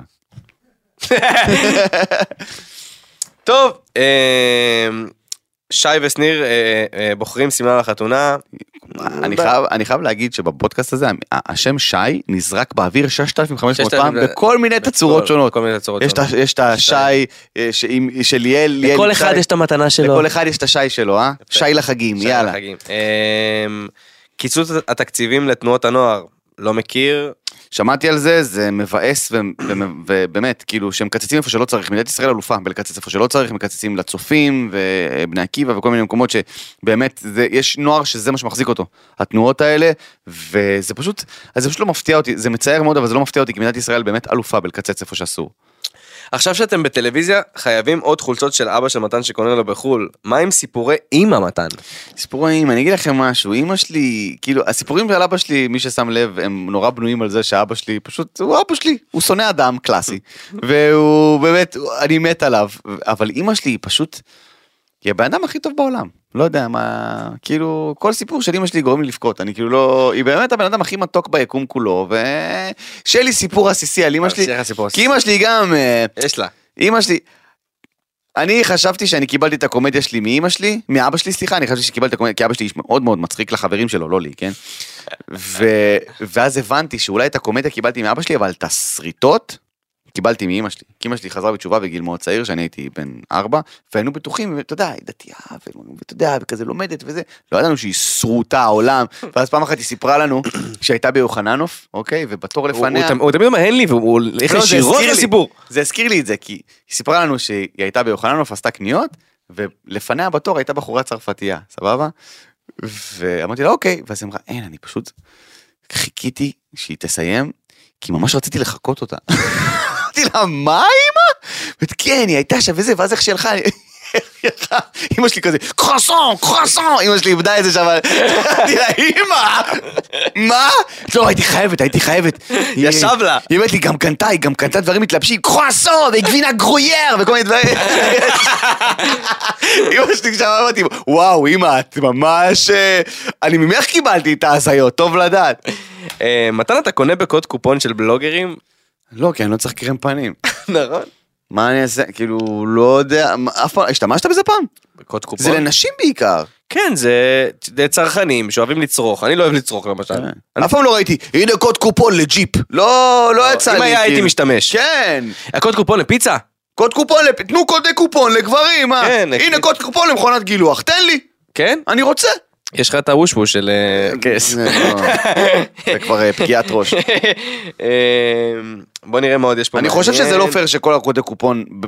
טוב, אה, שי ושניר אה, אה, בוחרים שמלה לחתונה. אני חייב- אני חייב להגיד שבפודקאסט הזה ה- השם שי נזרק באוויר 6,500 פעם 6,000 בכל מיני תצורות כל- שונות. כל מיני תצורות יש את שונות. ה- יש את השי אה, שעם- של יעל, יעל לכל עם אחד שי. יש את המתנה שלו. לכל אחד יש את השי שלו, אה? שי לחגים, שי יאללה. לחגים. אה, קיצוץ התקציבים לתנועות הנוער, לא מכיר. שמעתי על זה, זה מבאס ו- ו- ובאמת, כאילו, שהם מקצצים איפה שלא צריך. מדינת ישראל אלופה בלקצץ איפה שלא צריך, מקצצים לצופים ובני עקיבא וכל מיני מקומות שבאמת, זה, יש נוער שזה מה שמחזיק אותו, התנועות האלה, וזה פשוט, אז זה פשוט לא מפתיע אותי, זה מצער מאוד, אבל זה לא מפתיע אותי, כי מדינת ישראל באמת אלופה בלקצץ איפה שאסור. עכשיו שאתם בטלוויזיה, חייבים עוד חולצות של אבא של מתן שקונה לו בחול. מה עם סיפורי אימא מתן? סיפורים, אני אגיד לכם משהו, אימא שלי, כאילו, הסיפורים של אבא שלי, מי ששם לב, הם נורא בנויים על זה שאבא שלי, פשוט, הוא אבא שלי, הוא שונא אדם קלאסי, והוא באמת, הוא- אני מת עליו, אבל אימא שלי היא פשוט, היא הבן אדם הכי טוב בעולם, לא יודע מה, כאילו, כל סיפור של אימא שלי גורם לי לבכות, אני כאילו לא, היא באמת הבן אדם הכי מתוק ביקום כולו, ושיהיה לי סיפור עסיסי על אימא שלי, שיהיה לך סיפור עסיסי. כי אימא שלי גם, אה, יש לה. אימא שלי, אני חשבתי שאני קיבלתי את הקומדיה שלי מאימא שלי, מאבא שלי, סליחה, אני חשבתי שקיבלתי את הקומדיה, כי אבא שלי איש מאוד מאוד מצחיק לחברים שלו, לא לי, כן? ו... ואז הבנתי שאולי את הקומדיה קיבלתי מאבא שלי, אבל את הסריטות קיבלתי מאימא שלי. כי אימא שלי חזרה בתשובה בגיל מאוד צעיר, שאני הייתי בן ארבע, והיינו בטוחים, ואתה יודע, היא דתייה, ו- ואתה יודע, וכזה לומדת וזה, לא ידענו שהיא שרוטה העולם, ואז פעם אחת היא סיפרה לנו שהייתה ביוחננוף, אוקיי? ובתור הוא- לפניה... הוא תמ- הוא תמיד אומר אין לי, והוא הולך לא, זה ישירות הזכיר לי- לסיפור. זה הזכיר לי את זה, כי היא סיפרה לנו שהיא הייתה ביוחננוף, עשתה קניות, ולפניה בתור הייתה בחורה צרפתייה, סבבה? ואמרתי לה, אוקיי, ואז היא אמרה, אין, אני פשוט חיכיתי שהיא תסיים, כי ממש רציתי לחקות אותה. אמרתי לה, מה אימא? ואת, כן, היא הייתה שם וזה, ואז איך שהיא הלכה, אני- איך שהיא הלכה, אימא שלי כזה, קרואסון, קרואסון, אימא שלי איבדה את זה שם, אבל- אמרתי לה, אימא, מה? לא, הייתי חייבת, הייתי חייבת. היא- ישב לה. היא אומרת לי, גם קנתה, היא גם קנתה דברים מתלבשים, קרואסון, והיא גבינה גרוייר, וכל מיני דברים. אמא שלי שם אמרתי, וואו, אמא, את ממש... אה, אני ממך קיבלתי את ההזיות, טוב לדעת. אה, מתן אתה קונה בקוד קופון של בלוגרים? לא, כי אני לא צריך קרם פנים. נכון. מה אני אעשה? כאילו, לא יודע, מה, אף פעם, השתמשת בזה פעם? בקוד קופון? זה לנשים בעיקר. כן, זה זה צרכנים שאוהבים לצרוך, אני לא אוהב לצרוך למשל. אף פעם לא ראיתי, הנה קוד קופון לג'יפ. לא, לא יצא לי. אם היה הייתי כאילו. משתמש. כן. הקוד קופון לפיצה? קוד קופון, לפ- תנו קודי קופון לגברים, אה? כן, הנה קוד קופון למכונת גילוח, תן לי, כן? אני רוצה. יש לך את הוושבוש של... אה, כס. זה לא- זה כבר אה, פגיעת ראש. אה, בוא נראה מה עוד יש פה. אני חושב מעניין. שזה לא פייר שכל הקודי קופון, ב-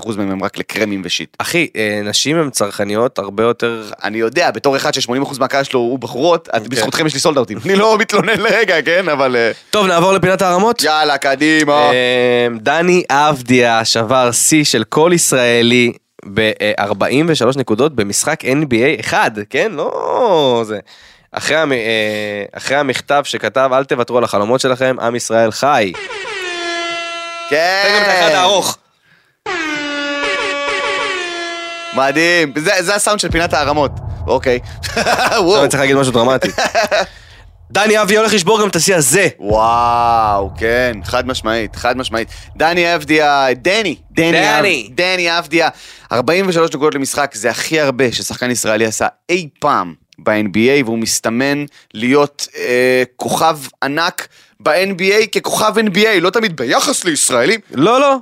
99% מהם הם רק לקרמים ושיט. אחי, אה, נשים הן צרכניות הרבה יותר... אני יודע, בתור אחד ש-80% מהקהל שלו הוא בחורות, כן. את- בזכותכם יש לי סולדאוטים. אני לא מתלונן לרגע, כן? אבל אה, טוב, נעבור לפינת הערמות? יאללה, קדימה. אה, דני אבדיה שבר שיא של כל ישראלי ב-43 נקודות במשחק NBA אחד, כן? לא זה. אחרי, המ... אה, אחרי המכתב שכתב, אל תוותרו על החלומות שלכם, עם ישראל חי. תן גם את האחד כן. הארוך. מדהים. זה זה הסאונד של פינת הערמות. אוקיי. וואו. עכשיו אני צריך להגיד משהו דרמטי. דני אבדיה הולך לשבור גם את השיא הזה. וואו, כן, חד משמעית, חד משמעית. דני אבדיה, דני, דני, דני. אב- דני אבדיה, 43 נקודות למשחק, זה הכי הרבה ששחקן ישראלי עשה אי פעם ב-NBA, והוא מסתמן להיות אה, כוכב ענק ב-NBA ככוכב NBA, לא תמיד ביחס לישראלים. לא, לא.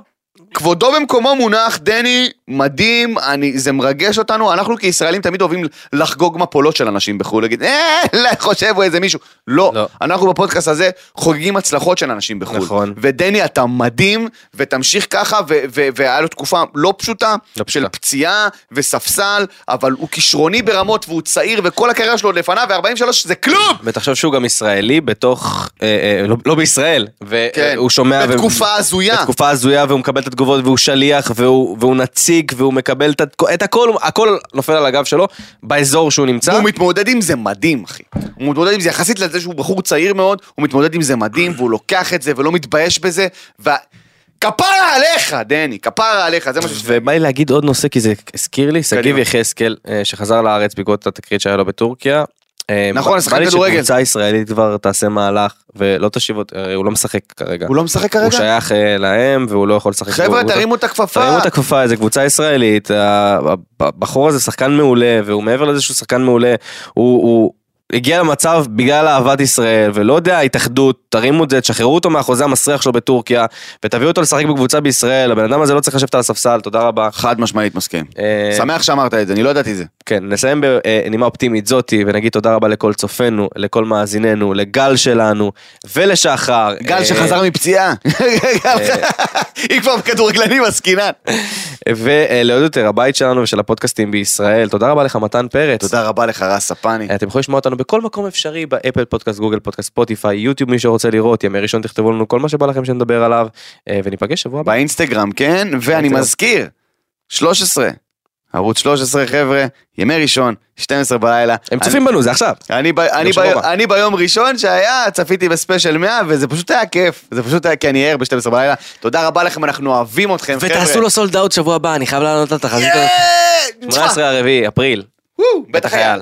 כבודו במקומו מונח, דני, מדהים, אני, זה מרגש אותנו, אנחנו כישראלים תמיד אוהבים לחגוג מפולות של אנשים בחו"ל, להגיד, אה, לא, חושב הוא איזה מישהו. לא, לא. אנחנו בפודקאסט הזה חוגגים הצלחות של אנשים בחו"ל. נכון. ודני, אתה מדהים, ותמשיך ככה, ו- ו- והיה לו תקופה לא פשוטה, לא של פשוטה. פציעה וספסל, אבל הוא כישרוני ברמות, והוא צעיר, וכל הקריירה שלו עוד לפניו, ו-43 זה כלום! ותחשוב שהוא גם ישראלי בתוך, אה, אה, לא, לא בישראל, והוא שומע... ו- כן, בתקופה הזויה. בתקופה הזויה והוא מקבל את התגובות והוא שליח והוא, והוא נציג והוא מקבל את, התק- את הכל, הכל נופל על הגב שלו באזור שהוא נמצא. הוא מתמודד עם זה מדהים, אחי. הוא מתמודד עם זה יחסית לזה שהוא בחור צעיר מאוד, הוא מתמודד עם זה מדהים, והוא לוקח את זה ולא מתבייש בזה, ו... כפרה עליך, דני, כפרה עליך, זה מה ש... ובא לי להגיד עוד נושא כי זה הזכיר לי, שגיב קדימה. יחזקאל אה, שחזר לארץ בעקבות התקרית שהיה לו בטורקיה, אה, נכון, בא- שחקן בא לי כדורגל. שקבוצה ישראלית כבר תעשה מהלך ולא תשיב אותו, אה, הוא לא משחק כרגע. הוא לא משחק הוא כרגע? שייך אה, להם והוא לא יכול לשחק. חבר'ה, הוא- תרימו את הכפפה. תרימו את הכפפה, איזה קבוצה ישראלית, ה- הבחור הזה שחקן מעולה, והוא מעבר לזה שהוא שחקן מעולה, הוא, הוא הגיע למצב בגלל אהבת ישראל, ולא יודע, התאחדות, תרימו את זה, תשחררו אותו מהחוזה המסריח שלו בטורקיה, ותביאו אותו לשחק בקבוצה בישראל, הבן אדם הזה לא צריך לשבת על הספסל, תודה רבה. חד משמעית מסכים. אה, שמח שאמרת את זה, אני לא ידעתי את זה. כן, נסיים בנימה אופטימית זאתי, ונגיד תודה רבה לכל צופינו, לכל מאזיננו, לגל שלנו, ולשחר. גל אה, שחזר מפציעה. אה. היא כבר בכדורגלנים עסקינן. ולעוד אה, יותר, הבית שלנו ושל הפודקאסטים בישראל. תודה רבה לך, מתן פרץ. תודה רבה לך, רס ספני. אתם יכולים לשמוע אותנו בכל מקום אפשרי, באפל פודקאסט, גוגל פודקאסט, ספוטיפיי, יוטיוב, מי שרוצה לראות, ימי ראשון תכתבו לנו כל מה שבא לכם שנדבר עליו, אה, וניפגש שבוע הבא. באינסטגרם, כן? ואני אוקיי. מזכיר, 13, ערוץ 13, חבר'ה, ימי ראשון, 12 בלילה. הם צופים בנו, זה עכשיו. אני- אני ב- אני בשבוע ב- הבא. אני ביום ראשון שהיה, צפיתי בספיישל 100, וזה פשוט היה כיף. זה פשוט היה כי אני ער ב-12 בלילה. תודה רבה לכם, אנחנו אוהבים אתכם, חבר'ה. ותעשו לו סולד אאוט שבוע הבא, אני חייב לענות על התחזית הזאת. יאה! 18 הרביעי, אפריל, וואו, בית החייל.